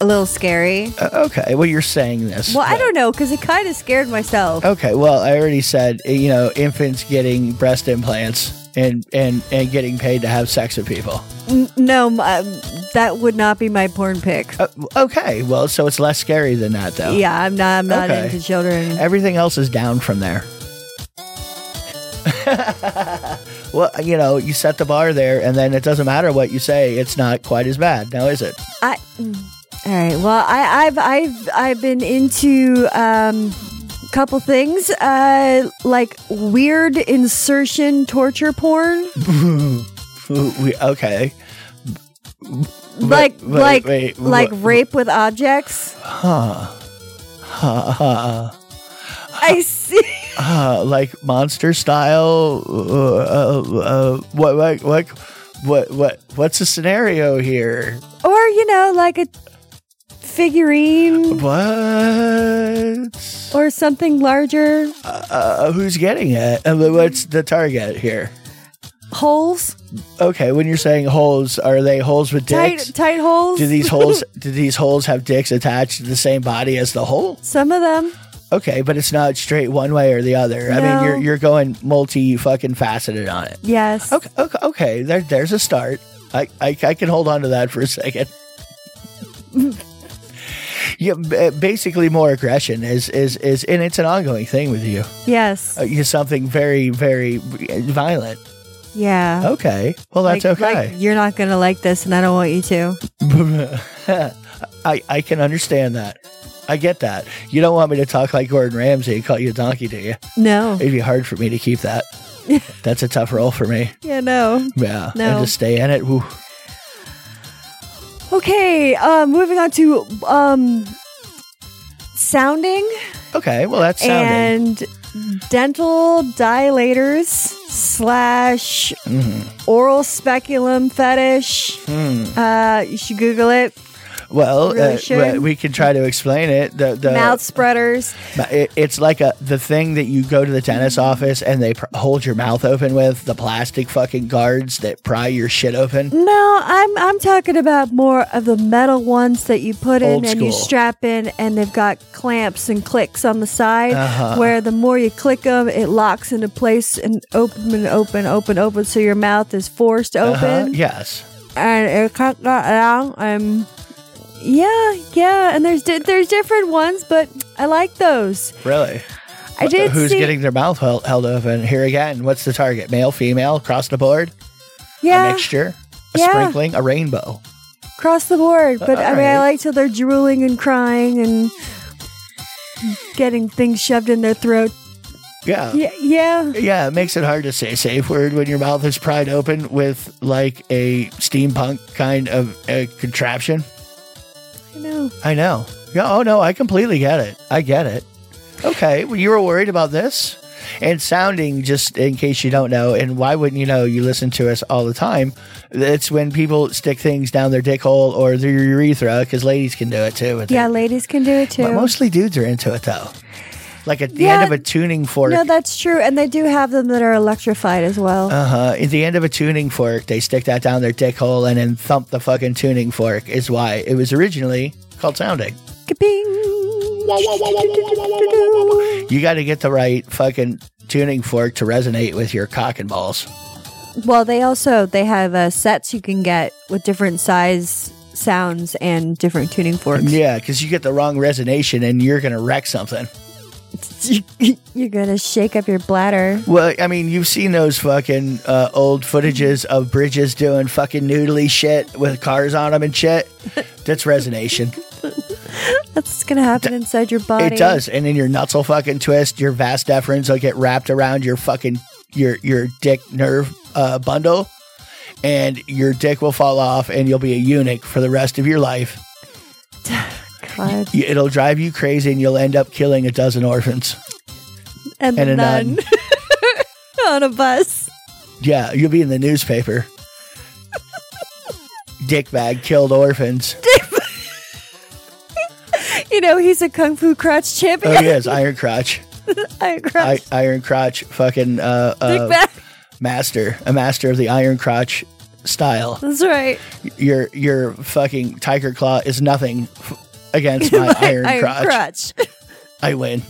[SPEAKER 2] a little scary.
[SPEAKER 1] Uh, okay. Well, you're saying this.
[SPEAKER 2] Well, I don't know because it kind of scared myself.
[SPEAKER 1] Okay. Well, I already said, uh, you know, infants getting breast implants and, and, and getting paid to have sex with people.
[SPEAKER 2] N- no, m- um, that would not be my porn pick.
[SPEAKER 1] Uh, okay. Well, so it's less scary than that, though.
[SPEAKER 2] Yeah, I'm not. I'm not
[SPEAKER 1] Oh, Okay. Eh.
[SPEAKER 2] into children.
[SPEAKER 1] Everything else is down from there. well, you know, you set the bar there, and then it doesn't matter what you say; it's not quite as bad, now is it?
[SPEAKER 2] I. mm. All right. Well, I, I've I've I've been into um couple things uh like weird insertion torture porn
[SPEAKER 1] Ooh, we- okay.
[SPEAKER 2] like
[SPEAKER 1] wait,
[SPEAKER 2] like
[SPEAKER 1] wait,
[SPEAKER 2] like
[SPEAKER 1] wha-
[SPEAKER 2] rape with objects
[SPEAKER 1] Uh, uh,
[SPEAKER 2] i see
[SPEAKER 1] uh, like monster style. Uh, uh, uh, what, what, what, what, what, what's the scenario here?
[SPEAKER 2] or you know like a figurine
[SPEAKER 1] What?
[SPEAKER 2] or something larger
[SPEAKER 1] Uh, who's getting it? And what's the target here?
[SPEAKER 2] holes
[SPEAKER 1] Okay, when you're saying holes, are they holes with
[SPEAKER 2] tight
[SPEAKER 1] dicks?
[SPEAKER 2] tight holes
[SPEAKER 1] Do these holes do these holes have dicks attached to the same body as the hole?
[SPEAKER 2] some of them
[SPEAKER 1] Okay, but it's not straight one way or the other. I
[SPEAKER 2] No.
[SPEAKER 1] mean, you're you're going multi fucking faceted on it.
[SPEAKER 2] yes
[SPEAKER 1] Okay, okay, okay. There, there's a start. I, I I can hold on to that for a second. yeah, ba- basically more aggression is is is, and it's an ongoing thing with you.
[SPEAKER 2] yes
[SPEAKER 1] Uh, you something very very violent.
[SPEAKER 2] yeah
[SPEAKER 1] Okay, well oh, that's
[SPEAKER 2] Like-
[SPEAKER 1] okay.
[SPEAKER 2] like, you're not gonna like this and i don't want you to
[SPEAKER 1] I, I can understand that. I get that. You don't want me to talk like Gordon Ramsay and call you a donkey, do you?
[SPEAKER 2] no
[SPEAKER 1] It'd be hard for me to keep that. That's a tough role for me.
[SPEAKER 2] yeah no
[SPEAKER 1] Yeah.
[SPEAKER 2] No.
[SPEAKER 1] And to stay in it. Woo.
[SPEAKER 2] okay um moving on to um sounding
[SPEAKER 1] Okay. Well, that's sounding.
[SPEAKER 2] and dental dilators slash
[SPEAKER 1] Mm-hmm.
[SPEAKER 2] oral speculum fetish.
[SPEAKER 1] Hmm.
[SPEAKER 2] Uh, you should Google it.
[SPEAKER 1] well,
[SPEAKER 2] really
[SPEAKER 1] uh,
[SPEAKER 2] should.
[SPEAKER 1] we- we can try to explain it. The, the
[SPEAKER 2] Mouth spreaders.
[SPEAKER 1] it- it's like a the thing that you go to the dentist's office and they pr- hold your mouth open with the plastic fucking guards that pry your shit open.
[SPEAKER 2] No, I'm I'm talking about more of the metal ones that you put in
[SPEAKER 1] Old
[SPEAKER 2] and you
[SPEAKER 1] school.
[SPEAKER 2] strap in, and they've got clamps and clicks on the side.
[SPEAKER 1] Uh-huh.
[SPEAKER 2] Where the more you click them, it locks into place and open and open, open, open, so your mouth is forced
[SPEAKER 1] Uh,
[SPEAKER 2] open.
[SPEAKER 1] yes.
[SPEAKER 2] and it cut that down. Um, yeah, yeah, and there's di- there's different ones, but I like those.
[SPEAKER 1] Really.
[SPEAKER 2] I did
[SPEAKER 1] Who's
[SPEAKER 2] see,
[SPEAKER 1] getting their mouth held, held open? Here again, what's the target? Male, female, across the board, a
[SPEAKER 2] yeah,
[SPEAKER 1] mixture, a
[SPEAKER 2] Yeah.
[SPEAKER 1] sprinkling, a rainbow.
[SPEAKER 2] across the board. But I mean, I
[SPEAKER 1] alright.
[SPEAKER 2] like till they're drooling and crying and getting things shoved in their throat.
[SPEAKER 1] Yeah. yeah.
[SPEAKER 2] Yeah, yeah,
[SPEAKER 1] it makes it hard to say a safe word when your mouth is pried open with like a steampunk kind of uh contraption.
[SPEAKER 2] I know.
[SPEAKER 1] I know. Yeah, oh no, I completely get it. I get it. Okay, well, you were worried about this? And sounding, just in case you don't know, and why wouldn't you know? You listen to us all the time. It's when people stick things down their dick hole or their urethra, because ladies can do it too. with
[SPEAKER 2] Yeah,
[SPEAKER 1] it.
[SPEAKER 2] ladies can do it too.
[SPEAKER 1] But mostly dudes are into it though. like at the
[SPEAKER 2] Yeah.
[SPEAKER 1] end of a tuning fork.
[SPEAKER 2] No, that's true. And they do have them that are electrified as well.
[SPEAKER 1] uh, at the end of a tuning fork, they stick that down their dick hole and then thump the fucking tuning fork. Is why it was originally called sounding.
[SPEAKER 2] Ka-bing.
[SPEAKER 1] You got to get the right fucking tuning fork to resonate with your cock and balls.
[SPEAKER 2] Well, they also they have uh, sets you can get with different size sounds and different tuning forks.
[SPEAKER 1] Yeah, because you get the wrong resonation and you're gonna wreck something.
[SPEAKER 2] You're gonna shake up your bladder.
[SPEAKER 1] Well, I mean, you've seen those fucking uh, old footages of bridges doing fucking noodly shit with cars on them and shit. That's resonation.
[SPEAKER 2] That's gonna happen inside your body.
[SPEAKER 1] It does, and then your nuts will fucking twist. Your vas deferens will get wrapped around your fucking your your dick nerve uh, bundle, and your dick will fall off, and you'll be a eunuch for the rest of your life.
[SPEAKER 2] God.
[SPEAKER 1] Y- It'll drive you crazy, and you'll end up killing a dozen orphans
[SPEAKER 2] And,
[SPEAKER 1] and a
[SPEAKER 2] none
[SPEAKER 1] nun.
[SPEAKER 2] on a bus.
[SPEAKER 1] Yeah, you'll be in the newspaper. Dickbag killed orphans.
[SPEAKER 2] You know he's a kung fu crotch
[SPEAKER 1] Oh
[SPEAKER 2] champion.
[SPEAKER 1] yes, Iron Crotch.
[SPEAKER 2] I
[SPEAKER 1] I,
[SPEAKER 2] crotch.
[SPEAKER 1] Iron Crotch fucking uh,
[SPEAKER 2] Dick
[SPEAKER 1] uh,
[SPEAKER 2] back.
[SPEAKER 1] master, a master of the Iron Crotch style.
[SPEAKER 2] That's right.
[SPEAKER 1] Your your fucking Tiger Claw is nothing f- against my Iron, crotch. I win.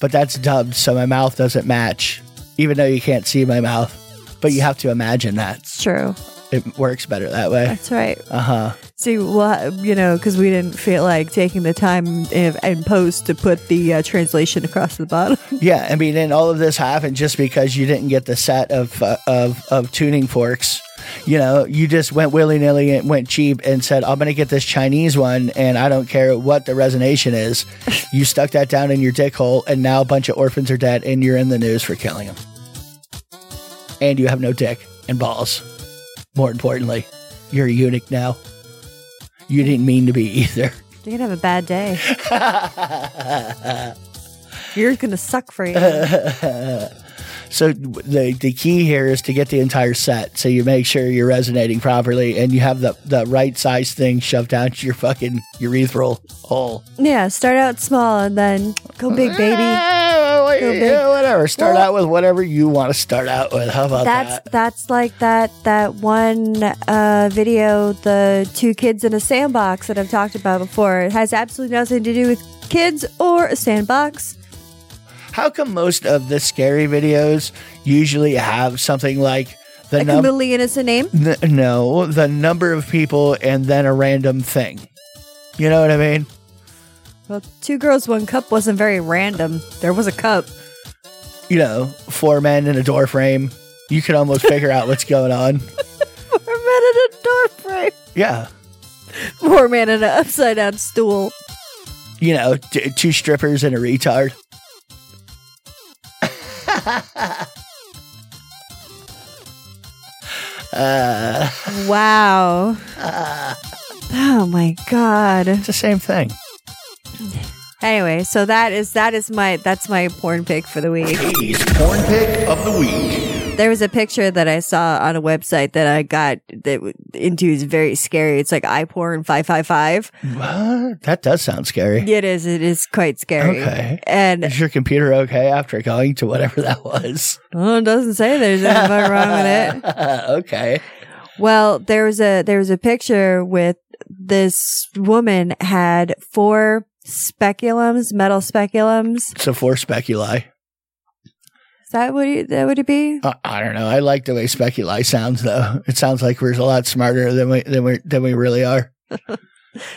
[SPEAKER 1] but that's dubbed, so my mouth doesn't match, even though you can't see my mouth. But you have to imagine that
[SPEAKER 2] It's true.
[SPEAKER 1] it works better that way.
[SPEAKER 2] That's right.
[SPEAKER 1] Uh huh.
[SPEAKER 2] See, well, you know, because we didn't feel like taking the time and, and post to put the uh, translation across the bottom.
[SPEAKER 1] Yeah, I mean, and all of this happened just because you didn't get the set of uh, of of tuning forks. You know, you just went willy nilly and went cheap and said, "I'm going to get this Chinese one, and I don't care what the resonation is." you stuck that down in your dick hole, and now a bunch of orphans are dead, and you're in the news for killing them. And you have no dick and balls. More importantly, you're a eunuch now. You didn't mean to be either.
[SPEAKER 2] You're gonna have a bad day. You're gonna suck for you.
[SPEAKER 1] So the the key here is to get the entire set, so you make sure you're resonating properly, and you have the the right size thing shoved down to your fucking urethral hole.
[SPEAKER 2] yeah, start out small and then go big, baby.
[SPEAKER 1] Yeah,
[SPEAKER 2] big.
[SPEAKER 1] whatever. Start
[SPEAKER 2] Well-
[SPEAKER 1] out with whatever you want to start out with. How about
[SPEAKER 2] That's
[SPEAKER 1] that?
[SPEAKER 2] that's like that that one uh, video, the two kids in a sandbox that I've talked about before. It has absolutely nothing to do with kids or a sandbox.
[SPEAKER 1] How come most of the scary videos usually have something like the
[SPEAKER 2] Like a
[SPEAKER 1] number?
[SPEAKER 2] completely innocent name.
[SPEAKER 1] no, the number of people and then a random thing. You know what I mean?
[SPEAKER 2] Well, two girls, one cup wasn't very random. There was a cup.
[SPEAKER 1] You know, four men in a door frame. You could almost figure out what's going on.
[SPEAKER 2] Four men in a door frame.
[SPEAKER 1] Yeah.
[SPEAKER 2] Four men in an upside down stool.
[SPEAKER 1] you know, t- two strippers and a retard.
[SPEAKER 2] Wow. Oh my god.
[SPEAKER 1] It's the same thing.
[SPEAKER 2] Anyway, so that is that is my that's my porn pick for the week.
[SPEAKER 6] Katie's porn pick of the week.
[SPEAKER 2] There was a picture that I saw on a website that I got that w- into is very scary. It's like iPorn five five five.
[SPEAKER 1] What? That does sound scary.
[SPEAKER 2] It is. It is quite scary.
[SPEAKER 1] Okay.
[SPEAKER 2] And
[SPEAKER 1] Is your computer okay after going to whatever that was?
[SPEAKER 2] oh, it doesn't say there's anything wrong with it.
[SPEAKER 1] okay.
[SPEAKER 2] Well, there was a there was a picture with this woman had four speculums, metal speculums.
[SPEAKER 1] So four speculi.
[SPEAKER 2] Is that what you, that would it be?
[SPEAKER 1] I, I don't know. I like the way speculi sounds though. It sounds like we're a lot smarter than we than we than we really are.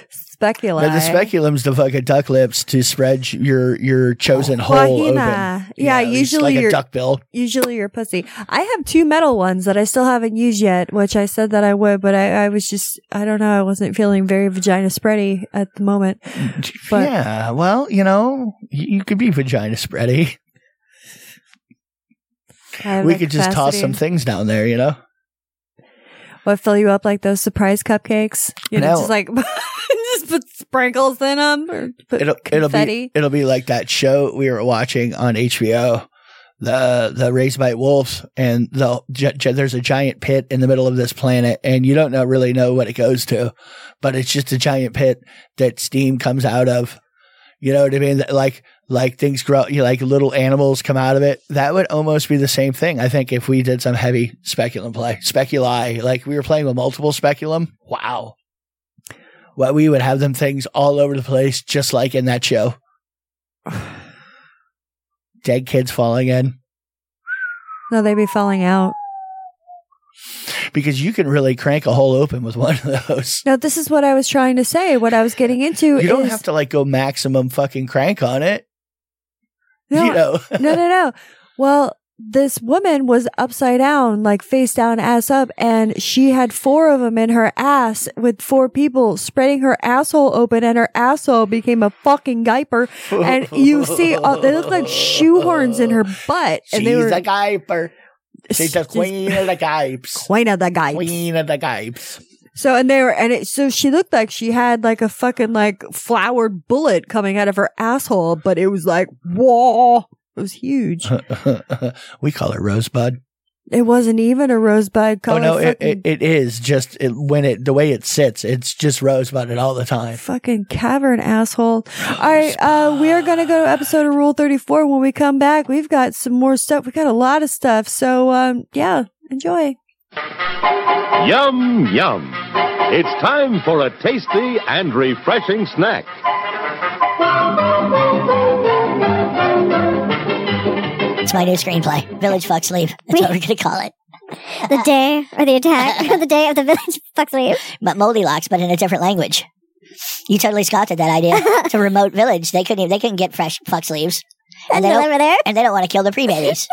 [SPEAKER 2] Specula.
[SPEAKER 1] But the speculum's the fucking duck lips to spread your your chosen hole open.
[SPEAKER 2] Vagina.
[SPEAKER 1] You
[SPEAKER 2] Yeah,
[SPEAKER 1] know, just
[SPEAKER 2] usually
[SPEAKER 1] like a
[SPEAKER 2] you're-
[SPEAKER 1] duck bill.
[SPEAKER 2] Usually your pussy. I have two metal ones that I still haven't used yet, which I said that I would, but I, I was just I don't know, I wasn't feeling very vagina spready at the moment. But
[SPEAKER 1] yeah, well, you know, you, you could be vagina spready.
[SPEAKER 2] I have
[SPEAKER 1] we
[SPEAKER 2] the
[SPEAKER 1] could just toss
[SPEAKER 2] capacity.
[SPEAKER 1] some things down there, you know?
[SPEAKER 2] What fill you up like those surprise cupcakes? You know,
[SPEAKER 1] No.
[SPEAKER 2] just like just put sprinkles in them or put
[SPEAKER 1] It'll it'll
[SPEAKER 2] confetti.
[SPEAKER 1] be it'll be like that show we were watching on HBO, the the Raised by Wolves, and the gi- gi- there's a giant pit in the middle of this planet, and you don't know really know what it goes to, but it's just a giant pit that steam comes out of. You know what I mean? That, Like like things grow, you know, like little animals come out of it. That would almost be the same thing. I think if we did some heavy speculum play, speculi, like we were playing with multiple speculum. Wow, what we would have them things all over the place, just like in that show. Dead kids falling in.
[SPEAKER 2] No, they'd be falling out.
[SPEAKER 1] because you can really crank a hole open with one of those.
[SPEAKER 2] No, this is what I was trying to say. What I was getting into
[SPEAKER 1] You don't
[SPEAKER 2] is
[SPEAKER 1] have to like go maximum fucking crank on it.
[SPEAKER 2] no,
[SPEAKER 1] You know,
[SPEAKER 2] no, no, no. Well, this woman was upside down, like face down, ass up, and she had four of them in her ass with four people spreading her asshole open, and her asshole became a fucking diaper. And you see, all, they looked like shoehorns in her butt, and
[SPEAKER 1] she's
[SPEAKER 2] they were
[SPEAKER 1] a gyper. She's the queen of the gypes.
[SPEAKER 2] Queen of the guy.
[SPEAKER 1] Queen of the gypes.
[SPEAKER 2] So and they were and it so she looked like she had like a fucking like flowered bullet coming out of her asshole, but it was like whoa. It was huge.
[SPEAKER 1] we call it rosebud.
[SPEAKER 2] It wasn't even a rosebud
[SPEAKER 1] Oh
[SPEAKER 2] color.
[SPEAKER 1] no, it,
[SPEAKER 2] fucking,
[SPEAKER 1] it, it is just it, when it the way it sits, it's just rosebudded all the time.
[SPEAKER 2] fucking cavern asshole. All right, uh, we are gonna go to episode of Rule Thirty Four. When we come back, we've got some more stuff. We got a lot of stuff. So um, yeah, enjoy.
[SPEAKER 7] Yum, yum. It's time for a tasty and refreshing snack.
[SPEAKER 8] It's my new screenplay, Village Fuck Sleep. That's what we're gonna call it. Uh,
[SPEAKER 9] The day or the attack or the day of the village fucks leave.
[SPEAKER 8] But Moldy Locks, but in a different language. You totally scoffed at that idea. it's a remote village. They couldn't. Even, they couldn't get fresh fuck sleeves,
[SPEAKER 9] That's
[SPEAKER 8] they
[SPEAKER 9] the
[SPEAKER 8] don't-
[SPEAKER 9] over there.
[SPEAKER 8] and they don't want to kill the pre-babies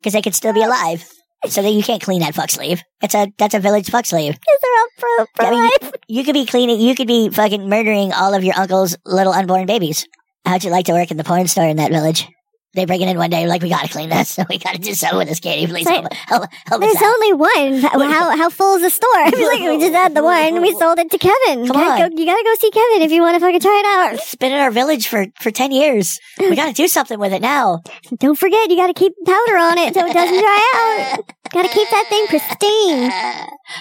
[SPEAKER 8] because they could still be alive. So that you can't clean that fuck sleeve. It's a that's a village fuck sleeve.
[SPEAKER 9] Is there all pro pro
[SPEAKER 8] I mean,
[SPEAKER 9] life?
[SPEAKER 8] You could be cleaning. You could be fucking murdering all of your uncle's little unborn babies. How'd you like to work in the porn store in that village? They bring it in one day, like we gotta clean this. We gotta do something with this, Katie. Please
[SPEAKER 9] Say-
[SPEAKER 8] help, help, help us
[SPEAKER 9] There's
[SPEAKER 8] out.
[SPEAKER 9] only one. How how full is the store? I was like, we just had the one. We sold it to
[SPEAKER 8] Come
[SPEAKER 9] Kevin. Gotta
[SPEAKER 8] on.
[SPEAKER 9] go- you gotta go see Kevin if you want to fucking try it
[SPEAKER 8] It's been in our village for, for 10 years. We gotta do something with it now.
[SPEAKER 9] out. Don't forget, you gotta keep powder on it so it doesn't dry out. Gotta keep that thing pristine.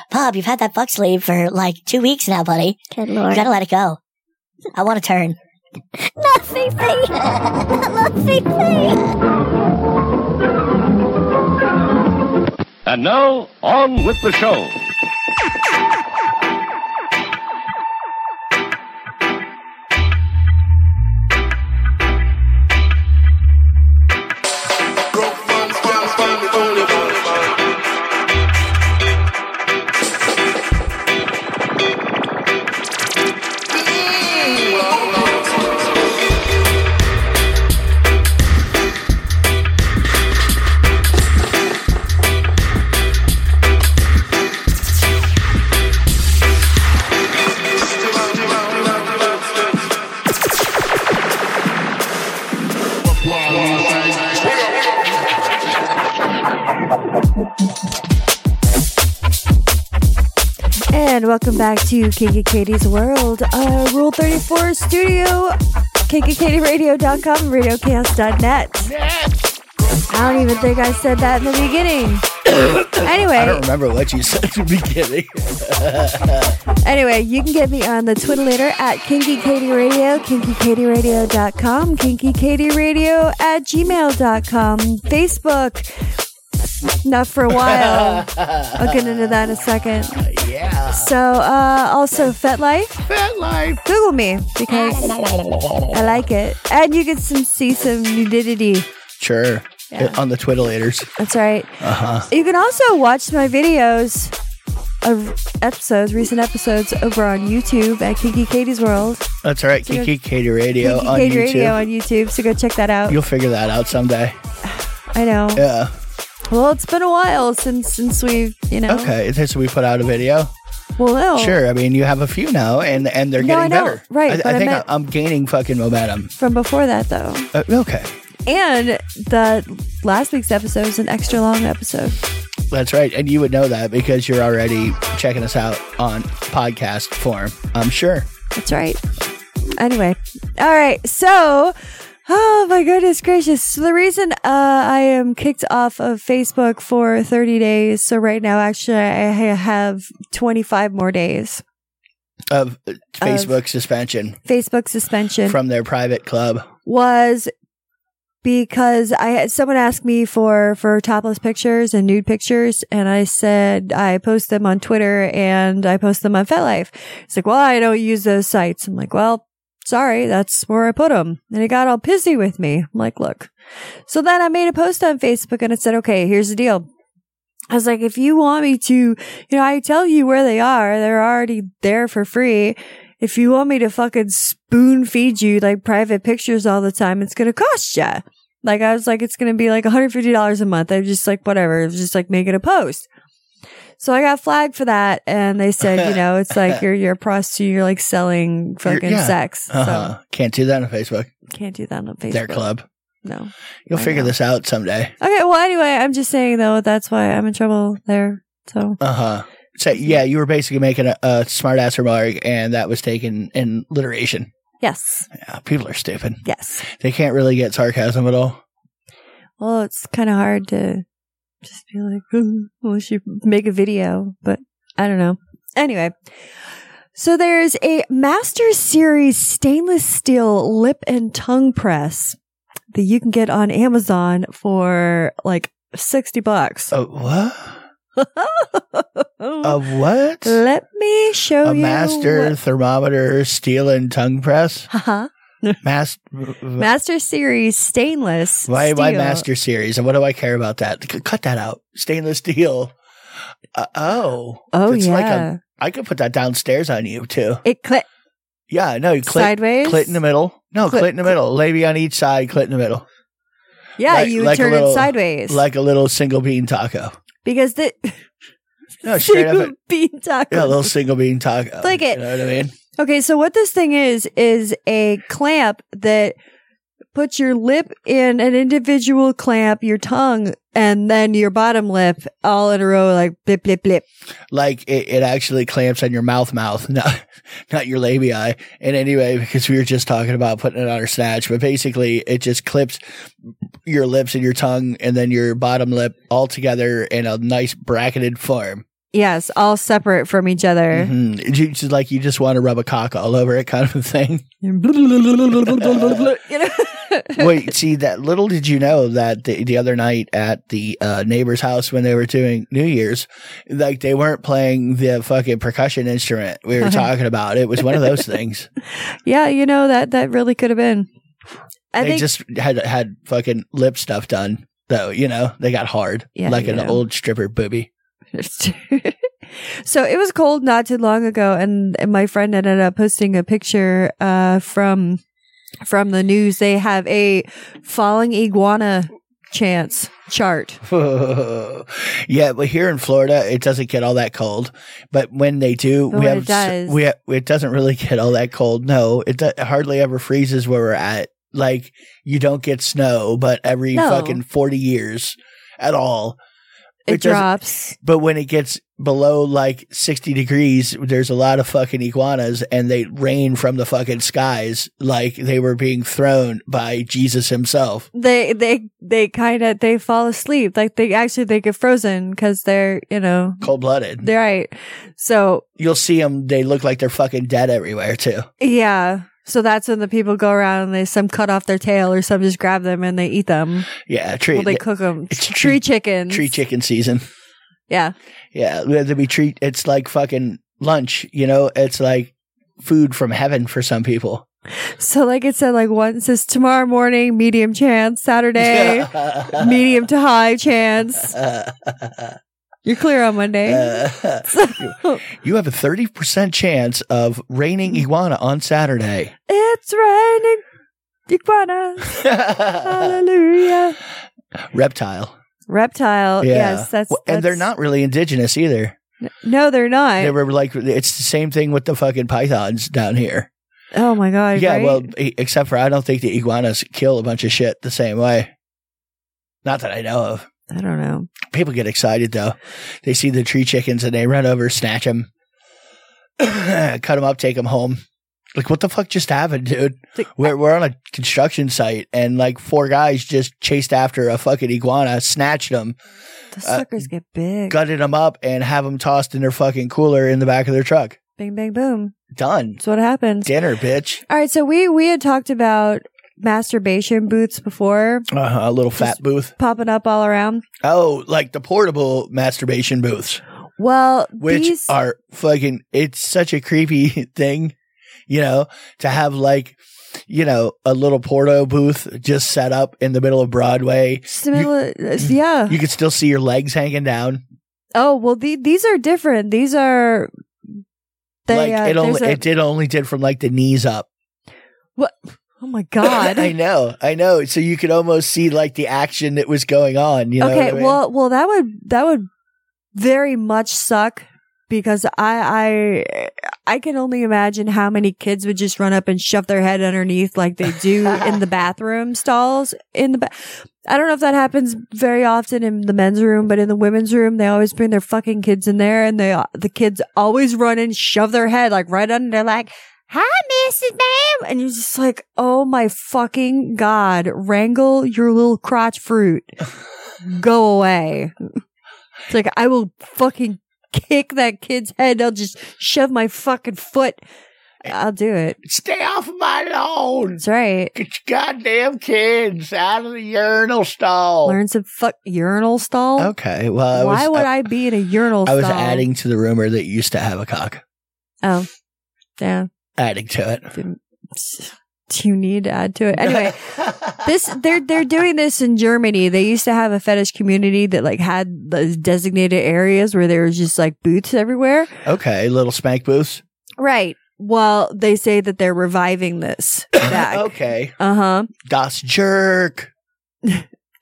[SPEAKER 8] Bob, you've had that fuck sleeve for like two weeks now, buddy.
[SPEAKER 9] Good
[SPEAKER 8] You
[SPEAKER 9] lord.
[SPEAKER 8] gotta let it go. I want to turn.
[SPEAKER 9] Nothing, nothing,
[SPEAKER 7] And now, on with the show.
[SPEAKER 2] And welcome back to Kinky Katie's World, uh, Rule 34 Studio, KinkyKatieRadio.com, RadioChaos.net. I don't even think I said that in the beginning.
[SPEAKER 1] I don't
[SPEAKER 2] anyway,
[SPEAKER 1] remember what you said at the beginning.
[SPEAKER 2] anyway, you can get me on the Twitter later at Kinky Katie Radio, KinkyKatieRadio.com, KinkyKatieRadio at gmail.com, Facebook. Not for a while. I'll get into that in a second.
[SPEAKER 1] yeah,
[SPEAKER 2] So, uh, also FetLife.
[SPEAKER 1] fat life.
[SPEAKER 2] Google me because I like it. And you can some, see some nudity.
[SPEAKER 1] Sure,
[SPEAKER 2] Yeah.
[SPEAKER 1] on the twiddlators.
[SPEAKER 2] That's right.
[SPEAKER 1] Uh huh.
[SPEAKER 2] You can also watch my videos of episodes, recent episodes over on YouTube at Kinky Katie's World.
[SPEAKER 1] That's all right.
[SPEAKER 2] you're-
[SPEAKER 1] Kiki Katie Radio
[SPEAKER 2] Kinky
[SPEAKER 1] on
[SPEAKER 2] Katie
[SPEAKER 1] YouTube.
[SPEAKER 2] Radio on YouTube. So go check that out.
[SPEAKER 1] You'll figure that out someday.
[SPEAKER 2] I know.
[SPEAKER 1] Yeah.
[SPEAKER 2] Well, it's been a while since since we've, you know.
[SPEAKER 1] Okay. Since we put out a video,
[SPEAKER 2] Well, no.
[SPEAKER 1] sure. I mean, you have a few now, and and they're
[SPEAKER 2] Oh. No, I
[SPEAKER 1] getting
[SPEAKER 2] know.
[SPEAKER 1] better.
[SPEAKER 2] Right,
[SPEAKER 1] I,
[SPEAKER 2] but
[SPEAKER 1] I
[SPEAKER 2] I
[SPEAKER 1] think
[SPEAKER 2] meant-
[SPEAKER 1] I, am gaining fucking momentum.
[SPEAKER 2] From before that, though.
[SPEAKER 1] Uh, okay.
[SPEAKER 2] And the last week's episode was an extra long episode.
[SPEAKER 1] That's right. And you would know that because you're already checking us out on podcast form. I'm sure.
[SPEAKER 2] That's right. Anyway, all right. So, oh my goodness gracious. So the reason uh, I am kicked off of Facebook for 30 days. So right now, actually, I ha- have 25 more days.
[SPEAKER 1] of uh, Facebook suspension
[SPEAKER 2] Facebook suspension
[SPEAKER 1] from their private club.
[SPEAKER 2] was because I had someone asked me for for topless pictures and nude pictures, and I said I post them on Twitter and I post them on FetLife. It's like, well, I don't use those sites. I'm like, well, sorry, that's where I put them. And he got all pissy with me. I'm like, look. So then I made a post on Facebook and it said, okay, here's the deal. I was like, if you want me to, you know, I tell you where they are. They're already there for free. If you want me to fucking spoon feed you like private pictures all the time, it's going to cost you. Like I was like, it's going to be like $150 a month. I was just like, whatever. It was just like, make it a post. So I got flagged for that. And they said, you know, it's like you're, you're a prostitute. You're like selling fucking
[SPEAKER 1] yeah.
[SPEAKER 2] sex.
[SPEAKER 1] Uh-huh. Can't do that on Facebook.
[SPEAKER 2] So can't do that on Facebook.
[SPEAKER 1] Their club.
[SPEAKER 2] No.
[SPEAKER 1] You'll
[SPEAKER 2] I
[SPEAKER 1] figure
[SPEAKER 2] know.
[SPEAKER 1] this out someday.
[SPEAKER 2] Okay. Well, anyway, I'm just saying though, that's why I'm in trouble there. So
[SPEAKER 1] Uh huh. So yeah, you were basically making a, a smart ass remark, and that was taken in literation.
[SPEAKER 2] yes,
[SPEAKER 1] Yeah, people are stupid.
[SPEAKER 2] yes.
[SPEAKER 1] They can't really get sarcasm at all.
[SPEAKER 2] Well, it's kind of hard to just be like, "Ooh," unless you make a video, but I don't know. Anyway, so there's a Master Series stainless steel lip and tongue press that you can get on Amazon for like 60 bucks.
[SPEAKER 1] A what? A what?
[SPEAKER 2] Let me show
[SPEAKER 1] Oh, a
[SPEAKER 2] you.
[SPEAKER 1] master thermometer steel and tongue press.
[SPEAKER 2] Huh?
[SPEAKER 1] Mas-
[SPEAKER 2] Master Series stainless.
[SPEAKER 1] why why
[SPEAKER 2] steel.
[SPEAKER 1] master series? And what do I care about that? C- cut that out. Stainless steel. Uh, oh.
[SPEAKER 2] Oh
[SPEAKER 1] It's
[SPEAKER 2] yeah.
[SPEAKER 1] like a- I could put that downstairs on you too.
[SPEAKER 2] it click
[SPEAKER 1] Yeah, no, you clit,
[SPEAKER 2] sideways.
[SPEAKER 1] clit in the middle. No,
[SPEAKER 2] Clit-
[SPEAKER 1] clit in the middle. Lady on each side, clit in the middle.
[SPEAKER 2] Yeah,
[SPEAKER 1] like-
[SPEAKER 2] you
[SPEAKER 1] like a
[SPEAKER 2] turn
[SPEAKER 1] little-
[SPEAKER 2] it sideways
[SPEAKER 1] Like a little single bean taco.
[SPEAKER 2] because the
[SPEAKER 1] No, straight up.
[SPEAKER 2] single bean taco.
[SPEAKER 1] Yeah, a little single bean taco.
[SPEAKER 2] Click it.
[SPEAKER 1] You know what I mean?
[SPEAKER 2] Okay, so what this thing is is a clamp that puts your lip in an individual clamp, your tongue, and then your bottom lip all in a row, like blip blip blip.
[SPEAKER 1] Like it, it actually clamps on your mouth, mouth, not not your labia. And anyway, because we were just talking about putting it on our snatch, but basically it just clips your lips and your tongue and then your bottom lip all together in a nice bracketed form.
[SPEAKER 2] Yes, all separate from each other.
[SPEAKER 1] hmm It's just like you just want to rub a cock all over it, kind of a thing. Mm-hmm.
[SPEAKER 2] You know?
[SPEAKER 1] Wait, see that little did you know that the, the other night at the uh, neighbor's house when they were doing New Year's, like they weren't playing the fucking percussion instrument we were talking about. It was one of those things.
[SPEAKER 2] yeah, you know that that really could have been. I
[SPEAKER 1] they
[SPEAKER 2] think
[SPEAKER 1] just had had fucking lip stuff done though. You know they got hard
[SPEAKER 2] Yeah,
[SPEAKER 1] like
[SPEAKER 2] you
[SPEAKER 1] an
[SPEAKER 2] know.
[SPEAKER 1] old stripper booby.
[SPEAKER 2] so it was cold not too long ago, and, and my friend ended up posting a picture uh, from from the news. They have a falling iguana chance chart.
[SPEAKER 1] yeah, but here in Florida, it doesn't get all that cold. But when they do,
[SPEAKER 2] But
[SPEAKER 1] we
[SPEAKER 2] when
[SPEAKER 1] have
[SPEAKER 2] it does.
[SPEAKER 1] s- we ha- it doesn't really get all that cold. No, it, do- it hardly ever freezes where we're at. Like you don't get snow, but every
[SPEAKER 2] No.
[SPEAKER 1] fucking forty years at all.
[SPEAKER 2] It,
[SPEAKER 1] It doesn't-
[SPEAKER 2] drops.
[SPEAKER 1] But when it gets below like sixty degrees, there's a lot of fucking iguanas, and they rain from the fucking skies like they were being thrown by Jesus himself.
[SPEAKER 2] They they they kind of they fall asleep. Like they actually they get frozen because they're you know
[SPEAKER 1] Cold blooded.
[SPEAKER 2] they're right. So
[SPEAKER 1] You'll see them. They look like they're fucking dead everywhere too.
[SPEAKER 2] yeah. So that's when the people go around and they some cut off their tail or some just grab them and they eat them.
[SPEAKER 1] Yeah, tree
[SPEAKER 2] Well, they cook them.
[SPEAKER 1] It's
[SPEAKER 2] tree
[SPEAKER 1] tree-
[SPEAKER 2] chickens.
[SPEAKER 1] tree chicken season.
[SPEAKER 2] Yeah.
[SPEAKER 1] Yeah, we have to be treat. It's like fucking lunch. You know, it's like food from heaven for some people.
[SPEAKER 2] So, like it said, like one says tomorrow morning, medium chance, Saturday, medium to high chance. You're clear on Monday.
[SPEAKER 1] Uh, you have a thirty percent chance of raining
[SPEAKER 2] Mm.
[SPEAKER 1] iguana on Saturday.
[SPEAKER 2] it's raining iguanas. Hallelujah.
[SPEAKER 1] Reptile.
[SPEAKER 2] Reptile.
[SPEAKER 1] Yeah.
[SPEAKER 2] Yes. That's,
[SPEAKER 1] Well, and they're
[SPEAKER 2] that's-
[SPEAKER 1] not really indigenous either.
[SPEAKER 2] No, they're not.
[SPEAKER 1] They were like it's the same thing with the fucking pythons down here.
[SPEAKER 2] oh my God.
[SPEAKER 1] Yeah,
[SPEAKER 2] right?
[SPEAKER 1] well, e- except for I don't think the iguanas kill a bunch of shit the same way. Not that I know of.
[SPEAKER 2] I don't know.
[SPEAKER 1] People get excited though. They see the tree chickens and they run over, snatch them, cut them up, take them home. Like what the fuck just happened, dude?
[SPEAKER 2] It's like-
[SPEAKER 1] We're we're on a construction site and like four guys just chased after a fucking iguana, snatched them,
[SPEAKER 2] The
[SPEAKER 1] uh,
[SPEAKER 2] suckers get big.
[SPEAKER 1] gutted them up, and have them tossed in their fucking cooler in the back of their truck.
[SPEAKER 2] Bing, bang, boom.
[SPEAKER 1] Done.
[SPEAKER 2] That's what happens.
[SPEAKER 1] Dinner, bitch.
[SPEAKER 2] All right, so we we had talked about masturbation booths before
[SPEAKER 1] Uh, a little fat booth.
[SPEAKER 2] popping up all around.
[SPEAKER 1] Oh, like the portable masturbation booths,
[SPEAKER 2] Well,
[SPEAKER 1] which
[SPEAKER 2] these
[SPEAKER 1] are fucking, it's such a creepy thing, you know, to have like, you know, a little porto booth just set up in the middle of Broadway.
[SPEAKER 2] similar, yeah.
[SPEAKER 1] You could still see your legs hanging down.
[SPEAKER 2] oh well, the, these are different. These are they.
[SPEAKER 1] like
[SPEAKER 2] uh,
[SPEAKER 1] it only,
[SPEAKER 2] there's a-
[SPEAKER 1] it did only did from like the knees up.
[SPEAKER 2] oh my god.
[SPEAKER 1] I know, I know. So you could almost see like the action that was going on. You know
[SPEAKER 2] okay,
[SPEAKER 1] what I mean?
[SPEAKER 2] well, well, that would that would very much suck because I I I can only imagine how many kids would just run up and shove their head underneath like they do in the bathroom stalls in the ba- I don't know if that happens very often in the men's room, but in the women's room, they always bring their fucking kids in there, and they the kids always run and shove their head like right under. They're like, "Hi, Mrs. Ma'am," and you're just like, "Oh my fucking god, wrangle your little crotch fruit, go away." It's like I will fucking kick that kid's head. I'll just shove my fucking foot. I'll do it.
[SPEAKER 1] stay off my lawn.
[SPEAKER 2] That's right.
[SPEAKER 1] Get your goddamn kids out of the urinal stall.
[SPEAKER 2] Learn some fuck urinal stall.
[SPEAKER 1] Okay. Well, Oh. I
[SPEAKER 2] Why
[SPEAKER 1] was,
[SPEAKER 2] would I, be in a urinal
[SPEAKER 1] I was
[SPEAKER 2] stall?
[SPEAKER 1] adding to the rumor that you used to have a cock.
[SPEAKER 2] Oh, yeah.
[SPEAKER 1] Adding to it.
[SPEAKER 2] Didn't- Do you need to add to it? Anyway, this they're they're doing this in Germany. They used to have a fetish community that like had those designated areas where there was just like booths everywhere.
[SPEAKER 1] okay, little spank booths.
[SPEAKER 2] Right. Well, they say that they're reviving this back.
[SPEAKER 1] Okay,
[SPEAKER 2] Uh huh.
[SPEAKER 1] das jerk.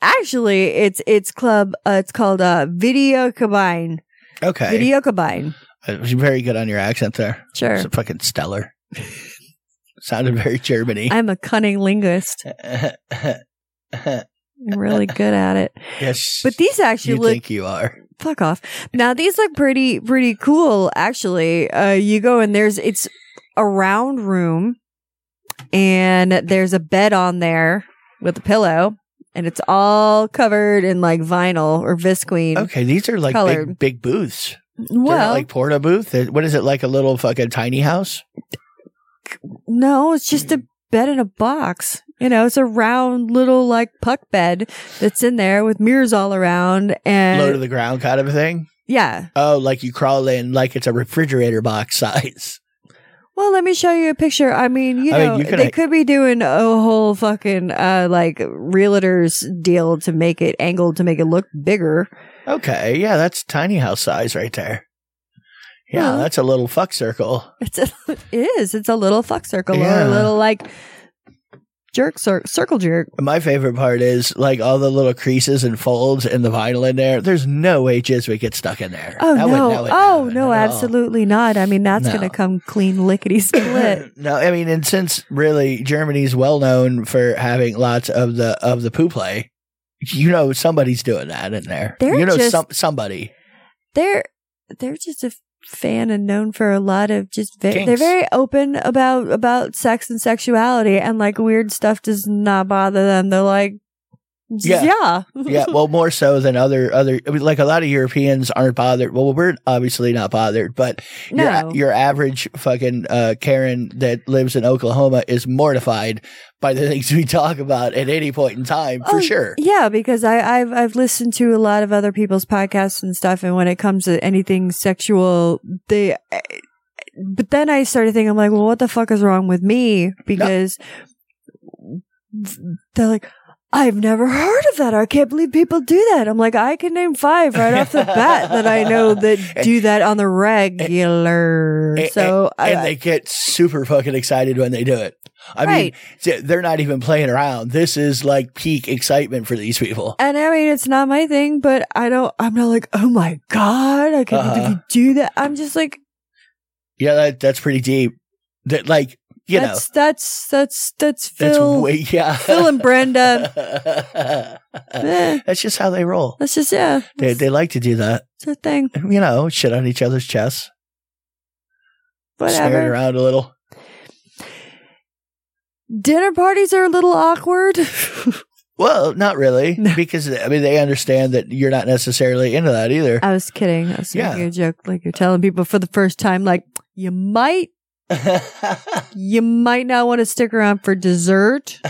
[SPEAKER 2] Actually, it's it's club. Uh, it's called uh, Video Combine.
[SPEAKER 1] Okay, Uh,
[SPEAKER 2] Video Combine.
[SPEAKER 1] it was very good on your accent there.
[SPEAKER 2] Sure.
[SPEAKER 1] It's fucking stellar. Sounded very Germany.
[SPEAKER 2] I'm a cunning linguist. I'm really good at it.
[SPEAKER 1] yes,
[SPEAKER 2] But these actually
[SPEAKER 1] you
[SPEAKER 2] look
[SPEAKER 1] think you are.
[SPEAKER 2] fuck off. Now these look pretty pretty cool actually. Uh you go and there's it's a round room and there's a bed on there with a pillow and it's all covered in like vinyl or visqueen.
[SPEAKER 1] Okay, these are like
[SPEAKER 2] Colored.
[SPEAKER 1] big, big booths. They're not
[SPEAKER 2] Well,
[SPEAKER 1] like porta booth. They're- What is it like? A little fucking tiny house?
[SPEAKER 2] no, it's just a bed in a box. You know, it's a round little like puck bed that's in there with mirrors all around and
[SPEAKER 1] low to the ground kind of a thing.
[SPEAKER 2] yeah.
[SPEAKER 1] Oh, like you crawl in, like it's a refrigerator box size.
[SPEAKER 2] Well, let me show you a picture. I mean, you
[SPEAKER 1] I
[SPEAKER 2] know,
[SPEAKER 1] mean, you could-
[SPEAKER 2] they could be doing a whole fucking uh, like realtor's deal to make it angled to make it look bigger.
[SPEAKER 1] Okay, yeah, that's tiny house size right there. Yeah,
[SPEAKER 2] Well-
[SPEAKER 1] that's a little fuck circle.
[SPEAKER 2] It's a, it is. It's a little fuck circle or
[SPEAKER 1] Yeah.
[SPEAKER 2] a little like jerk cir- circle jerk.
[SPEAKER 1] My favorite part is like all the little creases and folds and the vinyl in there. There's no way jizz would get stuck in there.
[SPEAKER 2] Oh
[SPEAKER 1] That would-
[SPEAKER 2] no!
[SPEAKER 1] that would
[SPEAKER 2] oh
[SPEAKER 1] happen
[SPEAKER 2] no!
[SPEAKER 1] at all.
[SPEAKER 2] Absolutely not. I mean, that's
[SPEAKER 1] No.
[SPEAKER 2] gonna come clean lickety split.
[SPEAKER 1] no, I mean, and since really Germany's well known for having lots of the of the poo play, you know somebody's doing that in there.
[SPEAKER 2] They're
[SPEAKER 1] you know
[SPEAKER 2] just-
[SPEAKER 1] some somebody.
[SPEAKER 2] they're they're just a fan and known for a lot of just ve- they're
[SPEAKER 1] Kinks.
[SPEAKER 2] very open about about sex and sexuality and like weird stuff does not bother them they're like
[SPEAKER 1] Yeah.
[SPEAKER 2] yeah
[SPEAKER 1] yeah, well, more so than other other. I mean, like a lot of Europeans aren't bothered. Well, we're obviously not bothered, but
[SPEAKER 2] No.
[SPEAKER 1] your, your average fucking uh, Karen that lives in Oklahoma is mortified by the things we talk about at any point in time, for
[SPEAKER 2] Oh,
[SPEAKER 1] sure.
[SPEAKER 2] yeah because i I've, I've listened to a lot of other people's podcasts and stuff and when it comes to anything sexual they eh, but then i started thinking i'm like well what the fuck is wrong with me because they're like I've never heard of that. I can't believe people do that. I'm like, I can name five right off the bat that I know that do that on the regular.
[SPEAKER 1] And-
[SPEAKER 2] so
[SPEAKER 1] and, and
[SPEAKER 2] I,
[SPEAKER 1] they get super fucking excited when they do it. I
[SPEAKER 2] Right.
[SPEAKER 1] mean, they're not even playing around. This is like peak excitement for these people.
[SPEAKER 2] And I mean, it's not my thing, but I don't, I'm not like, oh my God, I can't believe
[SPEAKER 1] Uh-huh.
[SPEAKER 2] you do that. I'm just like,
[SPEAKER 1] Yeah, that, that's pretty deep. That like you know,
[SPEAKER 2] that's, that's, that's, that's
[SPEAKER 1] that's
[SPEAKER 2] Phil,
[SPEAKER 1] way yeah.
[SPEAKER 2] Phil and Brenda. Eh,
[SPEAKER 1] That's just how they roll.
[SPEAKER 2] that's just, yeah,
[SPEAKER 1] They
[SPEAKER 2] that's,
[SPEAKER 1] they like to do that.
[SPEAKER 2] that's their thing.
[SPEAKER 1] You know, shit on each other's chests, smear it
[SPEAKER 2] Whatever.
[SPEAKER 1] around a little.
[SPEAKER 2] Dinner parties are a little awkward.
[SPEAKER 1] Well, not really,
[SPEAKER 2] No.
[SPEAKER 1] because I mean they understand that you're not necessarily into that either.
[SPEAKER 2] I was kidding. I was making
[SPEAKER 1] Yeah.
[SPEAKER 2] a joke. Like you're telling people for the first time, like you might You might not want to stick around for dessert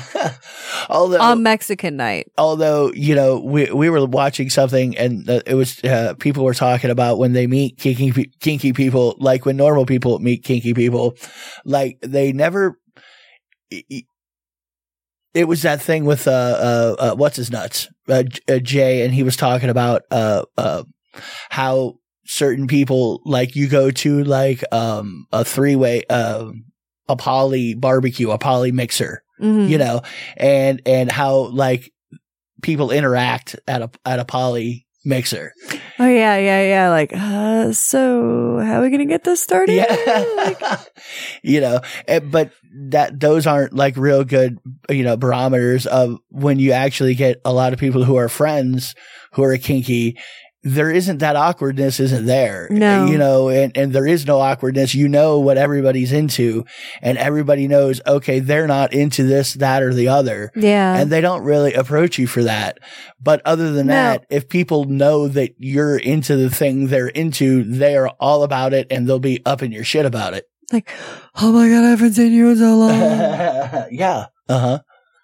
[SPEAKER 1] although,
[SPEAKER 2] on Mexican night.
[SPEAKER 1] although you know, we we were watching something, and uh, it was uh, people were talking about when they meet kinky pe- kinky people, like when normal people meet kinky people, like they never. y- y- It was that thing with uh, uh, uh what's his nuts uh, J- uh, Jay, and he was talking about uh, uh how certain people like you go to like um a three way um a poly barbecue a poly mixer
[SPEAKER 2] Mhm.
[SPEAKER 1] you know, and and how like people interact at a at a poly mixer.
[SPEAKER 2] Oh yeah, yeah, yeah. Like, uh, so how are we gonna get this started? Like,
[SPEAKER 1] Yeah, you know, and- but that those aren't like real good, you know, barometers of when you actually get a lot of people who are friends who are kinky. There isn't that awkwardness, isn't there? eh,
[SPEAKER 2] No.
[SPEAKER 1] you know, and and there is no awkwardness. You know what everybody's into, and everybody knows. Okay, they're not into this, that, or the other.
[SPEAKER 2] yeah.
[SPEAKER 1] and they don't really approach you for that. But other than
[SPEAKER 2] Uh, No.
[SPEAKER 1] that, if people know that you're into the thing they're into, they are all about it and they'll be up in your shit about it.
[SPEAKER 2] like, oh my god, I haven't seen you in so long.
[SPEAKER 1] yeah. Uh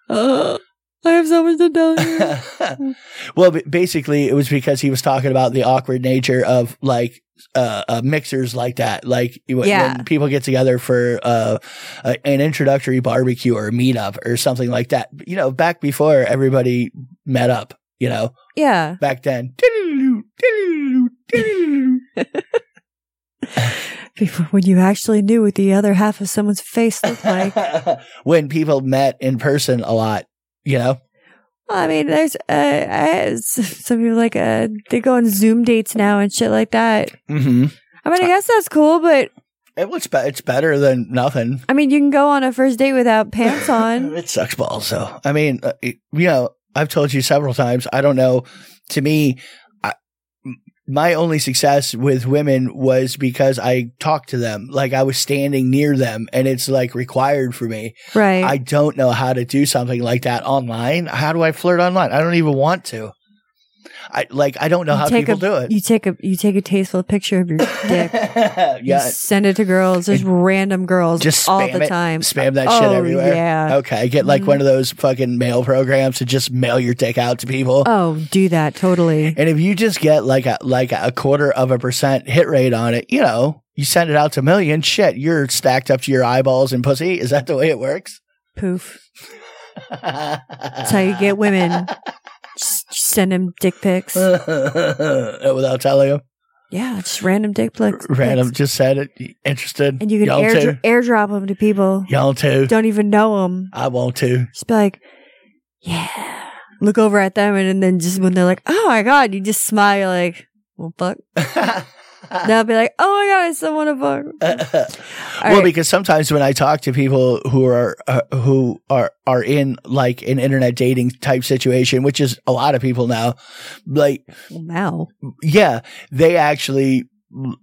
[SPEAKER 2] Uh, I have so much to tell you.
[SPEAKER 1] huh. well, b- basically, it was because he was talking about the awkward nature of like uh, uh mixers like that, like w-
[SPEAKER 2] Yeah.
[SPEAKER 1] when people get together for uh a- an introductory barbecue or a meetup or something like that. You know, back before everybody met up. You know,
[SPEAKER 2] yeah.
[SPEAKER 1] back then.
[SPEAKER 2] Before, when you actually knew what the other half of someone's face looked like.
[SPEAKER 1] when people met in person a lot, you know?
[SPEAKER 2] I mean, there's uh, uh, some people like uh, they go on Zoom dates now and shit like that.
[SPEAKER 1] Mm-hmm.
[SPEAKER 2] I mean, I guess that's cool, but
[SPEAKER 1] It looks be- it's better than nothing.
[SPEAKER 2] I mean, you can go on a first date without pants on.
[SPEAKER 1] It sucks balls, though. I mean, uh, it- you know, I've told you several times. I don't know. To me, I, m- my only success with women was because I talked to them. Like I was standing near them, and it's like required for me.
[SPEAKER 2] Right.
[SPEAKER 1] I don't know how to do something like that online. How do I flirt online? I don't even want to. I like I don't know
[SPEAKER 2] You
[SPEAKER 1] how
[SPEAKER 2] take
[SPEAKER 1] people
[SPEAKER 2] a-
[SPEAKER 1] do it.
[SPEAKER 2] You take a you take a tasteful picture of your dick. You
[SPEAKER 1] yeah,
[SPEAKER 2] send it to girls. There's random girls
[SPEAKER 1] just
[SPEAKER 2] all
[SPEAKER 1] spam
[SPEAKER 2] the
[SPEAKER 1] it.
[SPEAKER 2] time.
[SPEAKER 1] spam that
[SPEAKER 2] oh,
[SPEAKER 1] shit everywhere.
[SPEAKER 2] Yeah. Mm-hmm.
[SPEAKER 1] Okay, get like one of those fucking mail programs to just mail your dick out to people.
[SPEAKER 2] Oh, do that totally.
[SPEAKER 1] And if you just get like a like a quarter of a percent hit rate on it, you know, you send it out to a million. Shit, you're stacked up to your eyeballs and pussy. Is that the way it works?
[SPEAKER 2] Poof. That's how you get women. Just just send them dick pics.
[SPEAKER 1] Uh. Without telling them.
[SPEAKER 2] yeah, just random dick pics.
[SPEAKER 1] random
[SPEAKER 2] pics.
[SPEAKER 1] just said it interested
[SPEAKER 2] And you can
[SPEAKER 1] y'all
[SPEAKER 2] air,
[SPEAKER 1] too
[SPEAKER 2] airdrop them to people.
[SPEAKER 1] y'all too
[SPEAKER 2] Don't even know them.
[SPEAKER 1] i want to
[SPEAKER 2] Just be like, yeah. Look over at them, and, and then just when they're like, oh my god, you just smile. You're like, well, fuck.
[SPEAKER 1] Uh.
[SPEAKER 2] They'll be like, oh my god, I still want to fuck.
[SPEAKER 1] well
[SPEAKER 2] right.
[SPEAKER 1] because sometimes when i talk to people who are uh, who are are in like an internet dating type situation which is a lot of people now like
[SPEAKER 2] Well, now.
[SPEAKER 1] yeah they actually l-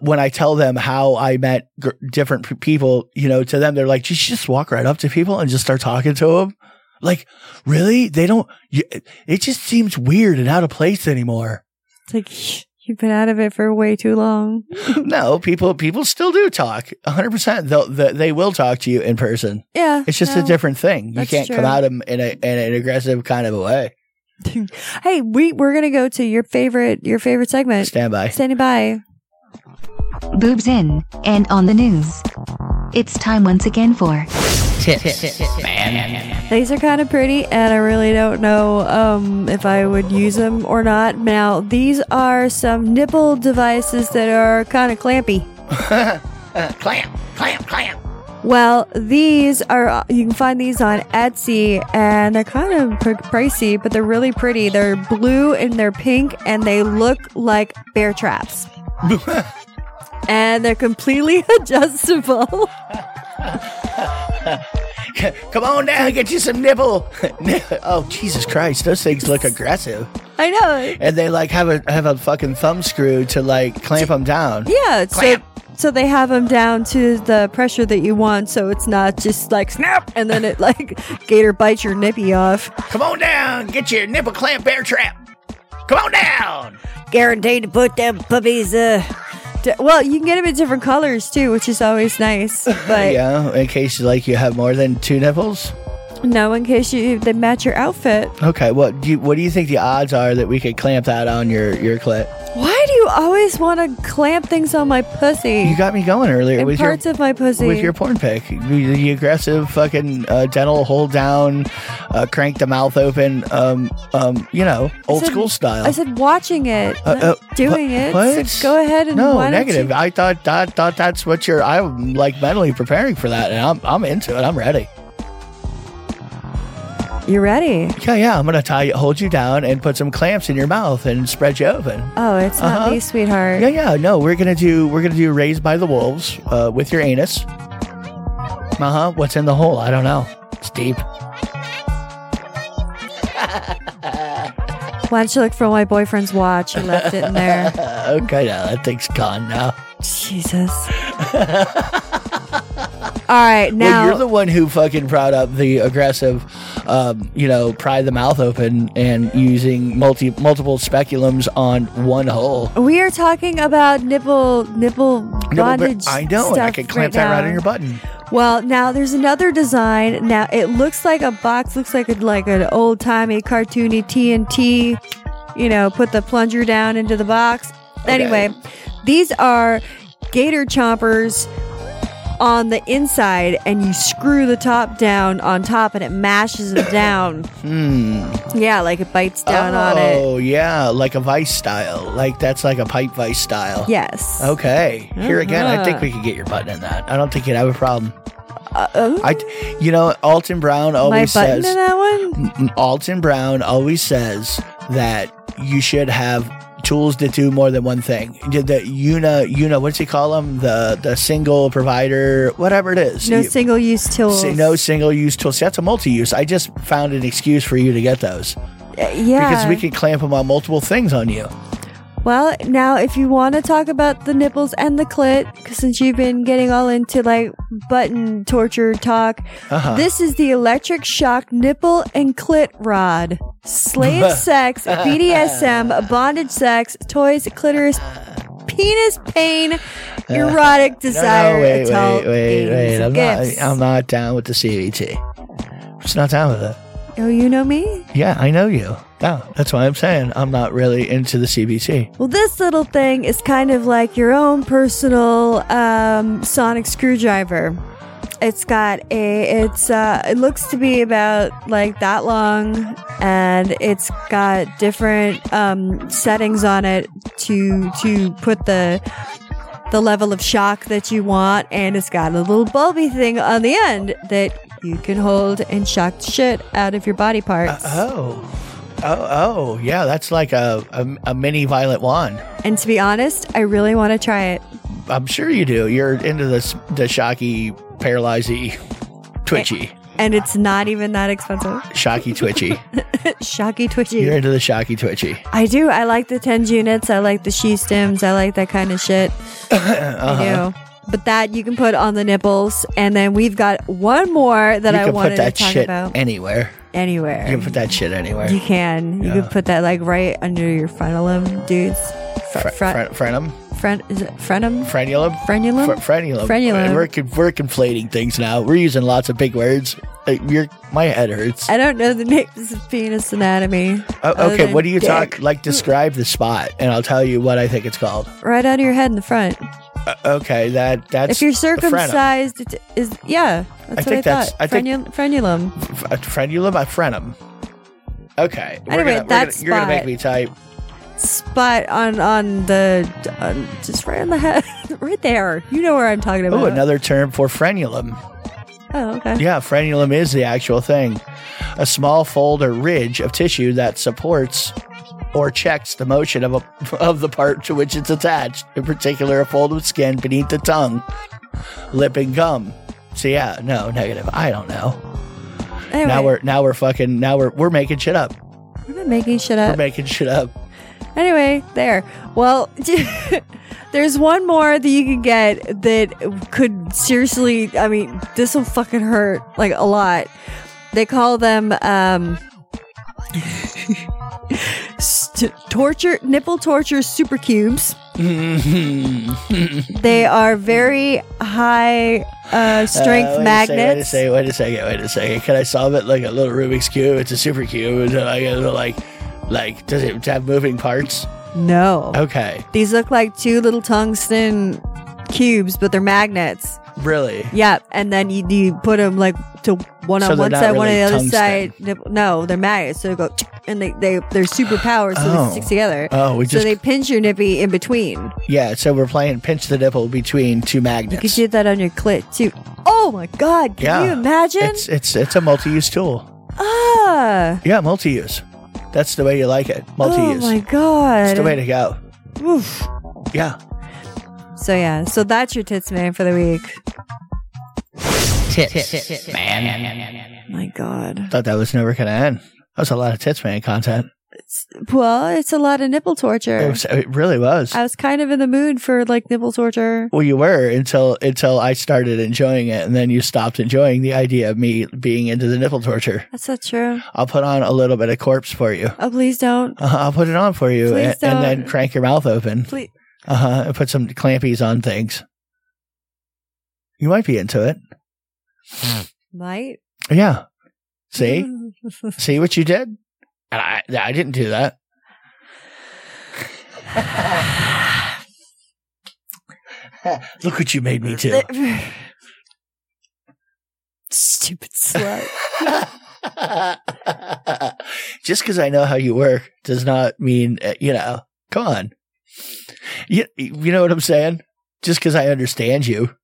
[SPEAKER 1] when I tell them how I met gr- different p- people, you know, to them, they're like, "Just just walk right up to people and just start talking to them." Like, really? They don't. You, it just seems weird and out of place anymore.
[SPEAKER 2] It's like you've been out of it for way too long.
[SPEAKER 1] no, people people still do talk. 100%. They'll, they they will talk to you in person.
[SPEAKER 2] Yeah,
[SPEAKER 1] It's just a
[SPEAKER 2] no.
[SPEAKER 1] different thing. You
[SPEAKER 2] That's
[SPEAKER 1] can't come
[SPEAKER 2] true.
[SPEAKER 1] out in, in, a, in an aggressive kind of a way.
[SPEAKER 2] Hey, we we're gonna go to your favorite your favorite segment.
[SPEAKER 1] Stand by.
[SPEAKER 2] Standing by.
[SPEAKER 4] Boobs in and on the news. It's time once again for
[SPEAKER 2] These are kind of pretty, and I really don't know um, if I would use them or not. Now, these are some nipple devices that are kind of clampy.
[SPEAKER 1] Clam, clam, clam.
[SPEAKER 2] Well, these are uh, you can find these on Etsy, and they're kind of pr- pricey, but they're really pretty. They're blue and they're pink, and they look like bear traps. and they're completely adjustable.
[SPEAKER 1] Come on down, get you some nipple. oh, Jesus Christ. Those things look aggressive.
[SPEAKER 2] I know.
[SPEAKER 1] And they like have a have a fucking thumb screw to like clamp them down.
[SPEAKER 2] Yeah. So, so they have them down to the pressure that you want, so it's not just like snap, and then it like gator bites your nippy off.
[SPEAKER 1] Come on down, get your nipple clamp bear trap. Come on down.
[SPEAKER 2] Guaranteed to put them puppies uh, D- well, you can get them in different colors too, which is always nice. But
[SPEAKER 1] yeah, in case like you have more than two nipples.
[SPEAKER 2] no, in case you they match your outfit.
[SPEAKER 1] Okay, what do you what do you think the odds are that we could clamp that on your your clit?
[SPEAKER 2] Why do you always want to clamp things on my pussy?
[SPEAKER 1] You got me going earlier
[SPEAKER 2] and
[SPEAKER 1] with your
[SPEAKER 2] parts of my pussy.
[SPEAKER 1] with your porn pick. The, the aggressive fucking uh, dental hold down, uh, crank the mouth open. Um, um, you know, old
[SPEAKER 2] said-
[SPEAKER 1] school style.
[SPEAKER 2] I said watching it,
[SPEAKER 1] Uh,
[SPEAKER 2] not
[SPEAKER 1] uh,
[SPEAKER 2] doing it.
[SPEAKER 1] wha-
[SPEAKER 2] So
[SPEAKER 1] what?
[SPEAKER 2] go ahead and
[SPEAKER 1] no
[SPEAKER 2] why don't
[SPEAKER 1] negative.
[SPEAKER 2] you-
[SPEAKER 1] I thought that thought that's what you're. I'm like mentally preparing for that, and I'm I'm into it. I'm ready.
[SPEAKER 2] You're ready.
[SPEAKER 1] Yeah, yeah. I'm gonna tie you, hold you down, and put some clamps in your mouth and spread you open.
[SPEAKER 2] Oh, it's not
[SPEAKER 1] Uh-huh.
[SPEAKER 2] me, sweetheart.
[SPEAKER 1] Yeah, yeah. No, we're gonna do we're gonna do raised by the wolves uh, with your anus. Uh huh. What's in the hole? I don't know. It's deep.
[SPEAKER 2] Why don't you look for my boyfriend's watch? He left it in there.
[SPEAKER 1] Uh, okay, now that thing's gone now.
[SPEAKER 2] Jesus. All right, now
[SPEAKER 1] well, you're the one who fucking brought up the aggressive, um, you know, pry the mouth open and using multi multiple speculums on one hole.
[SPEAKER 2] we are talking about nipple nipple
[SPEAKER 1] No, but
[SPEAKER 2] bondage.
[SPEAKER 1] I know, and I
[SPEAKER 2] stuff
[SPEAKER 1] can clamp that right
[SPEAKER 2] now.
[SPEAKER 1] on your button.
[SPEAKER 2] Well, now there's another design. Now it looks like a box, looks like a, like an old timey cartoony TNT. You know, put the plunger down into the box. Anyway, these are gator chompers on the inside, and you screw the top down on top, and it mashes them down. Yeah, like it bites down on it.
[SPEAKER 1] Hmm. oh yeah, like a vice style. Like that's like a pipe vice style.
[SPEAKER 2] Yes.
[SPEAKER 1] Okay. Here again, I think
[SPEAKER 2] Uh-huh.
[SPEAKER 1] we could get your button in that. I don't think you'd have a problem.
[SPEAKER 2] Oh,
[SPEAKER 1] I, you know, Alton Brown
[SPEAKER 2] my
[SPEAKER 1] always
[SPEAKER 2] button
[SPEAKER 1] says Mm,
[SPEAKER 2] in that one.
[SPEAKER 1] Alton Brown always says that you should have tools to do more than one thing. The, the Una, Una, what's he call them? The the single provider, whatever it is.
[SPEAKER 2] No
[SPEAKER 1] You-
[SPEAKER 2] single use tools.
[SPEAKER 1] si- no single use tools. See, that's a multi use. I just found an excuse for you to get those
[SPEAKER 2] Yeah.
[SPEAKER 1] because we can clamp them on multiple things on you.
[SPEAKER 2] Well, now if you want to talk about the nipples and the clit, 'cause since you've been getting all into like button torture talk,
[SPEAKER 1] Uh-huh.
[SPEAKER 2] this is the electric shock nipple and clit rod. Slave sex, BDSM, bondage sex, toys, clitoris, penis pain, erotic desire,
[SPEAKER 1] no, wait,
[SPEAKER 2] adult
[SPEAKER 1] wait, wait,
[SPEAKER 2] aims,
[SPEAKER 1] wait. I'm
[SPEAKER 2] gifts.
[SPEAKER 1] not, I'm not down with the CVT. I'm just not down with it.
[SPEAKER 2] Oh, you know me?
[SPEAKER 1] Yeah, I know you. Yeah, that's why I'm saying I'm not really into the CBT.
[SPEAKER 2] Well, this little thing is kind of like your own personal um, sonic screwdriver. It's got a. It's uh, it looks to be about like that long, and it's got different um, settings on it to to put the the level of shock that you want, and it's got a little bulby thing on the end that you can hold and shock the shit out of your body parts.
[SPEAKER 1] Oh. Oh, oh, yeah, that's like a, a, a mini violet wand.
[SPEAKER 2] And to be honest, I really want to try it.
[SPEAKER 1] I'm sure you do. You're into this, the shocky, paralyzy, twitchy,
[SPEAKER 2] and it's not even that expensive.
[SPEAKER 1] shocky, twitchy.
[SPEAKER 2] Shocky twitchy.
[SPEAKER 1] You're into the shocky, twitchy.
[SPEAKER 2] I do. I like the tens units. I like the she stems. I like that kind of shit.
[SPEAKER 1] Uh-huh.
[SPEAKER 2] I do. But that you can put on the nipples, and then we've got one more that
[SPEAKER 1] you
[SPEAKER 2] I
[SPEAKER 1] can
[SPEAKER 2] wanted
[SPEAKER 1] put that
[SPEAKER 2] to talk
[SPEAKER 1] shit
[SPEAKER 2] about.
[SPEAKER 1] anywhere.
[SPEAKER 2] anywhere
[SPEAKER 1] You can put that shit anywhere.
[SPEAKER 2] You can. You can put that like right under your frenulum, dudes.
[SPEAKER 1] Fre-
[SPEAKER 2] Fr-
[SPEAKER 1] fre-
[SPEAKER 2] fr-
[SPEAKER 1] frenum,
[SPEAKER 2] fren- is it frenum?
[SPEAKER 1] frenulum,
[SPEAKER 2] Frenulum?
[SPEAKER 1] Fre- frenulum,
[SPEAKER 2] Frenulum.
[SPEAKER 1] We're con- we're conflating things now. We're using lots of big words. Like, You're, my head hurts.
[SPEAKER 2] I don't know the names of penis anatomy.
[SPEAKER 1] Oh,
[SPEAKER 2] other
[SPEAKER 1] okay,
[SPEAKER 2] than
[SPEAKER 1] what do you
[SPEAKER 2] dick.
[SPEAKER 1] talk? Like, describe the spot, and I'll tell you what I think it's called.
[SPEAKER 2] Right out of your head in the front.
[SPEAKER 1] Uh, okay, that that's
[SPEAKER 2] if you're
[SPEAKER 1] the frenum.
[SPEAKER 2] circumcised, it is yeah. That's
[SPEAKER 1] think
[SPEAKER 2] what I
[SPEAKER 1] that's-
[SPEAKER 2] thought.
[SPEAKER 1] I think-
[SPEAKER 2] Frenul- frenulum.
[SPEAKER 1] F- a frenulum, a frenum. Okay, we're
[SPEAKER 2] Anyway,
[SPEAKER 1] gonna- we're
[SPEAKER 2] that
[SPEAKER 1] gonna- you're gonna make
[SPEAKER 2] spot.
[SPEAKER 1] me type.
[SPEAKER 2] spot on on the on, just right on the head, right there. You know where I'm talking about.
[SPEAKER 1] Oh, another term for frenulum.
[SPEAKER 2] Oh, okay.
[SPEAKER 1] Yeah, frenulum is the actual thing, a small fold or ridge of tissue that supports or checks the motion of a, of the part to which it's attached. In particular, a fold of skin beneath the tongue, lip, and gum. So yeah, no, negative. I don't know.
[SPEAKER 2] Anyway,
[SPEAKER 1] Now we're now we're fucking now we're we're making shit up.
[SPEAKER 2] we've been making shit
[SPEAKER 1] We're
[SPEAKER 2] up.
[SPEAKER 1] making shit up.
[SPEAKER 2] anyway, there. Well, there's one more that you can get that could seriously. I mean, this will fucking hurt like a lot. They call them um, st- torture nipple torture supercubes. They are very high uh, strength
[SPEAKER 1] Uh, wait A
[SPEAKER 2] magnets.
[SPEAKER 1] second, wait a second. Wait a second. Wait a second. Can I solve it like a little Rubik's cube? It's a super cube. Is it like, is it like, like, does it have moving parts?
[SPEAKER 2] No.
[SPEAKER 1] Okay.
[SPEAKER 2] These look like two little tungsten cubes, but they're magnets.
[SPEAKER 1] Really?
[SPEAKER 2] Yeah, and then you, you put them like to one
[SPEAKER 1] So
[SPEAKER 2] on
[SPEAKER 1] they're
[SPEAKER 2] one
[SPEAKER 1] not
[SPEAKER 2] side, one on
[SPEAKER 1] really
[SPEAKER 2] the other
[SPEAKER 1] tungsten.
[SPEAKER 2] side. No, they're magnets, so they go and they they they're super powered, so
[SPEAKER 1] Oh.
[SPEAKER 2] they stick together.
[SPEAKER 1] Oh, we
[SPEAKER 2] so
[SPEAKER 1] just
[SPEAKER 2] they pinch your nippy in between.
[SPEAKER 1] yeah. So we're playing pinch the nipple between two
[SPEAKER 2] You could
[SPEAKER 1] magnets.
[SPEAKER 2] do that on your clit too. Oh my god, can
[SPEAKER 1] Yeah.
[SPEAKER 2] you imagine?
[SPEAKER 1] It's it's it's a multi-use tool.
[SPEAKER 2] ah,
[SPEAKER 1] Yeah, multi-use. That's the way you like it. Multi-use.
[SPEAKER 2] oh my
[SPEAKER 1] It's the way
[SPEAKER 2] god.
[SPEAKER 1] to go.
[SPEAKER 2] Oof.
[SPEAKER 1] Yeah.
[SPEAKER 2] So yeah, so that's your tits man for the week. Man, my god.
[SPEAKER 1] Thought that was never gonna end. That was a lot of tits man content.
[SPEAKER 2] Well, it's a lot of nipple torture.
[SPEAKER 1] It, was, it really was.
[SPEAKER 2] I was kind of in the mood for like nipple torture.
[SPEAKER 1] Well, you were until until I started enjoying it, and then you stopped enjoying the idea of me being into the nipple torture.
[SPEAKER 2] That's not true.
[SPEAKER 1] I'll put on a little bit of corpse for you.
[SPEAKER 2] Oh, please don't.
[SPEAKER 1] Uh, I'll put it on for you,
[SPEAKER 2] Please
[SPEAKER 1] and, and then
[SPEAKER 2] don't.
[SPEAKER 1] crank your mouth open.
[SPEAKER 2] Please.
[SPEAKER 1] Uh huh. And put some clampies on things. You might be into it.
[SPEAKER 2] Might.
[SPEAKER 1] Yeah. See, see what you did. And I, I didn't do that. Look what you made me do.
[SPEAKER 2] Stupid slut.
[SPEAKER 1] Just because I know how you work does not mean uh, you know. Come on, you you know what I'm saying. Just because I understand you,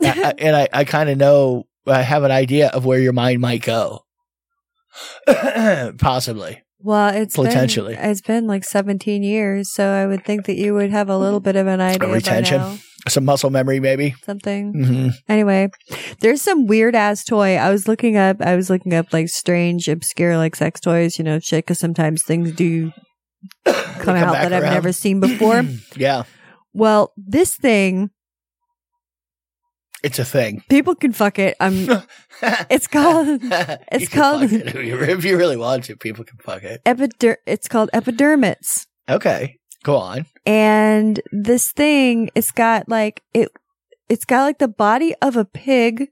[SPEAKER 1] I- I- and I I kind of know I have an idea of where your mind might go, possibly.
[SPEAKER 2] Well, it's
[SPEAKER 1] Potentially.
[SPEAKER 2] Been, it's been like 17 years, so I would think that you would have a little bit of an idea
[SPEAKER 1] retention.
[SPEAKER 2] by now.
[SPEAKER 1] Some muscle memory, maybe.
[SPEAKER 2] Something.
[SPEAKER 1] hmm
[SPEAKER 2] Anyway, there's some weird ass toy. I was looking up. I was looking up like strange, obscure, like sex toys. You know, shit. Because sometimes things do come out
[SPEAKER 1] back
[SPEAKER 2] that I've
[SPEAKER 1] around.
[SPEAKER 2] never seen before.
[SPEAKER 1] yeah,
[SPEAKER 2] well, this thing,
[SPEAKER 1] it's a thing.
[SPEAKER 2] people can fuck it. I'm. It's called
[SPEAKER 1] it's
[SPEAKER 2] called-
[SPEAKER 1] if you really want to, people can fuck it.
[SPEAKER 2] epider. It's called epidermis,
[SPEAKER 1] Okay, go on.
[SPEAKER 2] and this thing, it's got like it. It's got like the body of a pig,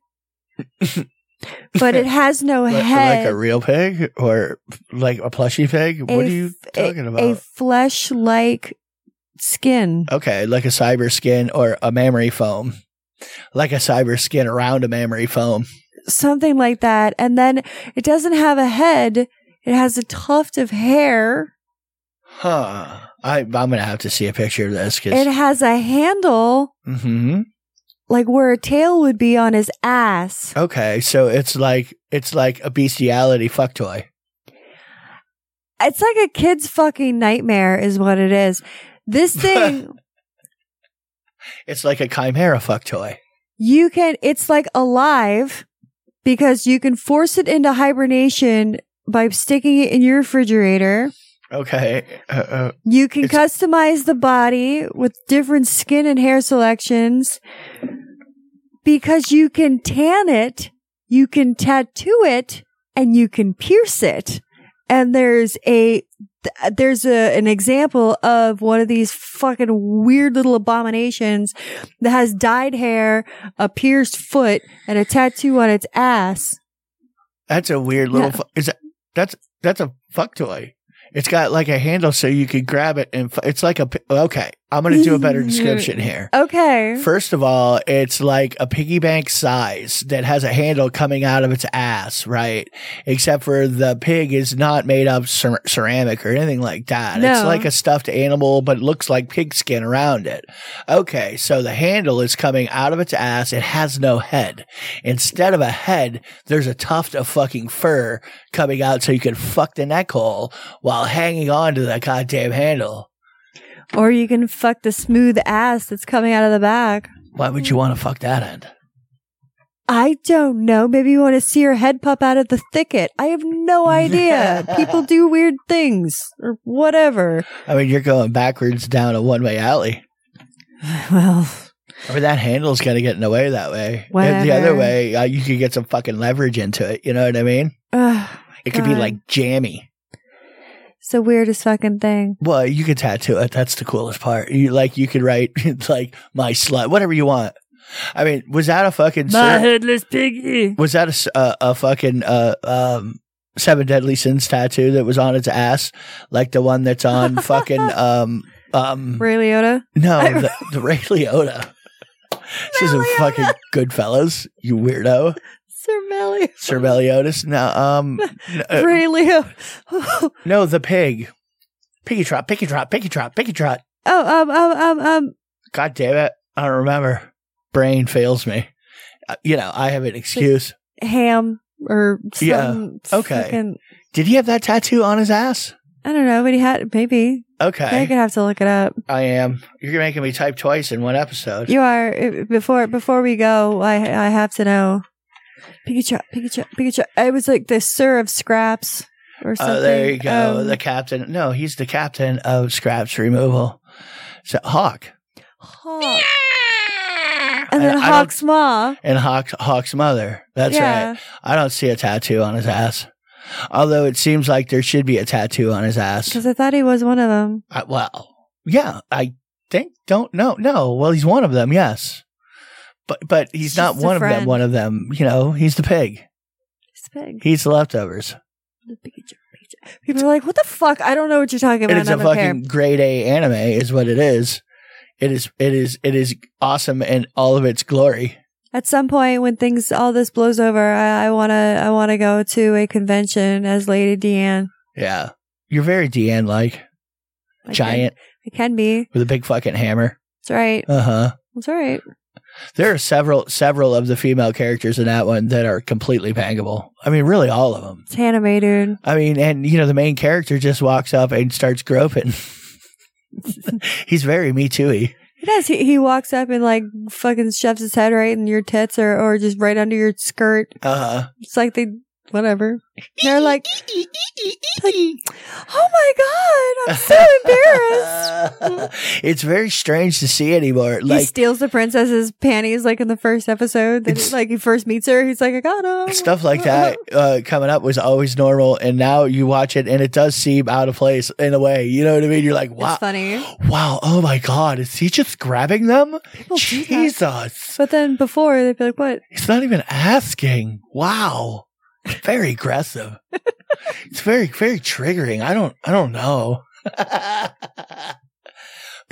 [SPEAKER 2] but it has no
[SPEAKER 1] Like,
[SPEAKER 2] head.
[SPEAKER 1] like a real pig or like a plushy pig? what
[SPEAKER 2] A
[SPEAKER 1] are you
[SPEAKER 2] f- a-
[SPEAKER 1] talking about?
[SPEAKER 2] A flesh-like skin.
[SPEAKER 1] okay, like a cyber skin or a mammary foam. Like a cyber skin around a mammary foam.
[SPEAKER 2] something like that. And then it doesn't have a head. It has a tuft of hair.
[SPEAKER 1] Huh. I, I'm going to have to see a picture of this
[SPEAKER 2] It
[SPEAKER 1] because.
[SPEAKER 2] has a handle,
[SPEAKER 1] hmm
[SPEAKER 2] like where a tail would be on his ass.
[SPEAKER 1] Okay, so it's like it's like a bestiality fuck toy.
[SPEAKER 2] It's like a kid's fucking nightmare, is what it is. This thing,
[SPEAKER 1] It's like a chimera fuck toy.
[SPEAKER 2] you can, it's like alive because you can force it into hibernation by sticking it in your refrigerator.
[SPEAKER 1] Okay. Uh, uh,
[SPEAKER 2] You can
[SPEAKER 1] It's-
[SPEAKER 2] customize the body with different skin and hair selections because you can tan it, you can tattoo it, and you can pierce it. And there's a th- there's a, an example of one of these fucking weird little abominations that has dyed hair, a pierced foot, and a tattoo on its ass.
[SPEAKER 1] that's a weird little.
[SPEAKER 2] Yeah.
[SPEAKER 1] Fu- is that that's that's a fuck toy. It's got like a handle, so you could grab it and fu- it's like a. pi- Okay, I'm gonna do a better description here.
[SPEAKER 2] Okay.
[SPEAKER 1] First of all, it's like a piggy bank size that has a handle coming out of its ass, right? Except for the pig is not made of cer- ceramic or anything like that. It's
[SPEAKER 2] No.
[SPEAKER 1] like a stuffed animal, but it looks like pig skin around it. Okay, so the handle is coming out of its ass. It has no head. Instead of a head, there's a tuft of fucking fur coming out so you can fuck the neck hole while hanging on to the goddamn handle.
[SPEAKER 2] Or you can fuck the smooth ass that's coming out of the back.
[SPEAKER 1] Why would you want to fuck that end?
[SPEAKER 2] I don't know. Maybe you want to see her head pop out of the thicket. I have no idea. People do weird things or whatever.
[SPEAKER 1] I mean, you're going backwards down a one way alley. I
[SPEAKER 2] Well,
[SPEAKER 1] mean, that handle's going to get in the way that way. And the other
[SPEAKER 2] Whatever.
[SPEAKER 1] way, uh, you could get some fucking leverage into it. You know what I mean?
[SPEAKER 2] uh,
[SPEAKER 1] It could be
[SPEAKER 2] God.
[SPEAKER 1] like jammy.
[SPEAKER 2] It's the weirdest fucking thing.
[SPEAKER 1] Well, you could tattoo it. That's the coolest part. You like you could write like my slut, whatever you want. I mean, was that a fucking ser-
[SPEAKER 2] headless piggy.
[SPEAKER 1] was that a s- a, a fucking uh, um, seven deadly sins tattoo that was on its ass, like the one that's on fucking um um
[SPEAKER 2] Ray Liotta.
[SPEAKER 1] no
[SPEAKER 2] I-
[SPEAKER 1] the, the Ray Liotta. She's a
[SPEAKER 2] Ray
[SPEAKER 1] fucking Goodfellas, you weirdo,
[SPEAKER 2] Sir Melly.
[SPEAKER 1] Sir Meliodas. No, um, n- uh,
[SPEAKER 2] Ray Oh, Leo.
[SPEAKER 1] no, the pig, piggy trot, piggy trot, piggy trot, piggy trot.
[SPEAKER 2] Oh, um, um, um, um.
[SPEAKER 1] God damn it. I don't remember. Brain fails me. Uh, You know, I have an excuse.
[SPEAKER 2] Ham or some
[SPEAKER 1] Yeah, okay.
[SPEAKER 2] fucking-
[SPEAKER 1] Did he have that tattoo on his ass?
[SPEAKER 2] I don't know, but he had maybe. I
[SPEAKER 1] Okay.
[SPEAKER 2] could have to look it up.
[SPEAKER 1] I am. You're making me type twice in one episode.
[SPEAKER 2] You are uh, before before we go. I I have to know. Pikachu, Pikachu, Pikachu. It was like the Sir of Scraps or
[SPEAKER 1] Oh,
[SPEAKER 2] something.
[SPEAKER 1] there you go.
[SPEAKER 2] Um,
[SPEAKER 1] the captain. No, he's the captain of scraps removal. So Hawk
[SPEAKER 2] Hawk. And
[SPEAKER 1] I-
[SPEAKER 2] then
[SPEAKER 1] I don't-
[SPEAKER 2] Hawk's mom.
[SPEAKER 1] and Hawk's Hawk's mother. That's
[SPEAKER 2] yeah.
[SPEAKER 1] right. I don't see a tattoo on his ass. Although it seems like there should be a tattoo on his ass.
[SPEAKER 2] Because I thought he was one of them.
[SPEAKER 1] I, well, yeah, I think don't know. No, well, he's one of them. Yes, but but he's
[SPEAKER 2] He's
[SPEAKER 1] not
[SPEAKER 2] just a
[SPEAKER 1] one of them.
[SPEAKER 2] friend.
[SPEAKER 1] One of them. You know, he's the pig.
[SPEAKER 2] He's big.
[SPEAKER 1] He's the leftovers.
[SPEAKER 2] Pikachu, Pikachu. People are like, what the fuck? I don't know what you're talking about.
[SPEAKER 1] And it's
[SPEAKER 2] I
[SPEAKER 1] a
[SPEAKER 2] don't
[SPEAKER 1] fucking grade A anime, is what it is. It is. It is. It is awesome in all of its glory.
[SPEAKER 2] care. At some point when things, all this blows over, I, I want to, I want to go to a convention as Lady Deanne.
[SPEAKER 1] Yeah, you're very Deanne like
[SPEAKER 2] I can-
[SPEAKER 1] giant
[SPEAKER 2] I can be.
[SPEAKER 1] with a big fucking hammer.
[SPEAKER 2] It's all right.
[SPEAKER 1] Uh huh.
[SPEAKER 2] It's all right.
[SPEAKER 1] There are several several of the female characters in that one that are completely pangable. I mean, really, all of them.
[SPEAKER 2] It's anime, dude.
[SPEAKER 1] I mean, and you know, the main character just walks up and starts groping. He's very me too-y.
[SPEAKER 2] He does. He, he walks up and like fucking shoves his head right in your tits or, or just right under your skirt.
[SPEAKER 1] Uh,
[SPEAKER 2] It's like they, whatever. They're like, like, oh my God, I'm so embarrassed.
[SPEAKER 1] it's very strange to see anymore.
[SPEAKER 2] he
[SPEAKER 1] Like
[SPEAKER 2] steals the princess's panties like in the first episode. That
[SPEAKER 1] It's-
[SPEAKER 2] like he first meets her, he's like, I got 'em."
[SPEAKER 1] stuff like that uh, coming up was always normal, and now you watch it and it does seem out of place in a way. You know what I mean? You're like, wow,
[SPEAKER 2] It's funny.
[SPEAKER 1] wow, oh my god, is he just grabbing them?
[SPEAKER 2] People do that.
[SPEAKER 1] Jesus,
[SPEAKER 2] But then before they'd be like, what?
[SPEAKER 1] He's not even asking. Wow. Very aggressive. it's very, very triggering. I don't, I don't know. but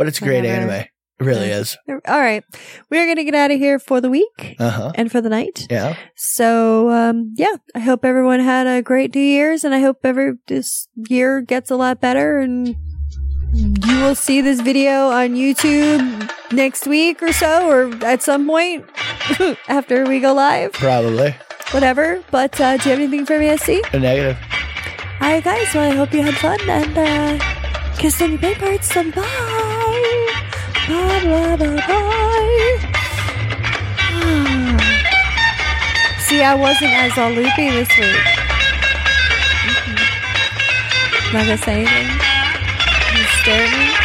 [SPEAKER 1] it's a great
[SPEAKER 2] Whatever.
[SPEAKER 1] anime. It really is.
[SPEAKER 2] All right. We're going to get out of here for the week
[SPEAKER 1] Uh huh.
[SPEAKER 2] and for the night.
[SPEAKER 1] Yeah.
[SPEAKER 2] So, um, yeah, I hope everyone had a great New Year's and I hope every, this year gets a lot better and you will see this video on YouTube next week or so or at some point after we go live,
[SPEAKER 1] Probably.
[SPEAKER 2] whatever. But, uh, do you have anything for me, SC?
[SPEAKER 1] A negative.
[SPEAKER 2] All right, guys. Well, I hope you had fun and uh, kiss on your big parts. And bye. Bye, bye, bye, bye. See, I wasn't as all loopy this week. Mhm. Not gonna say anything. You stare at me.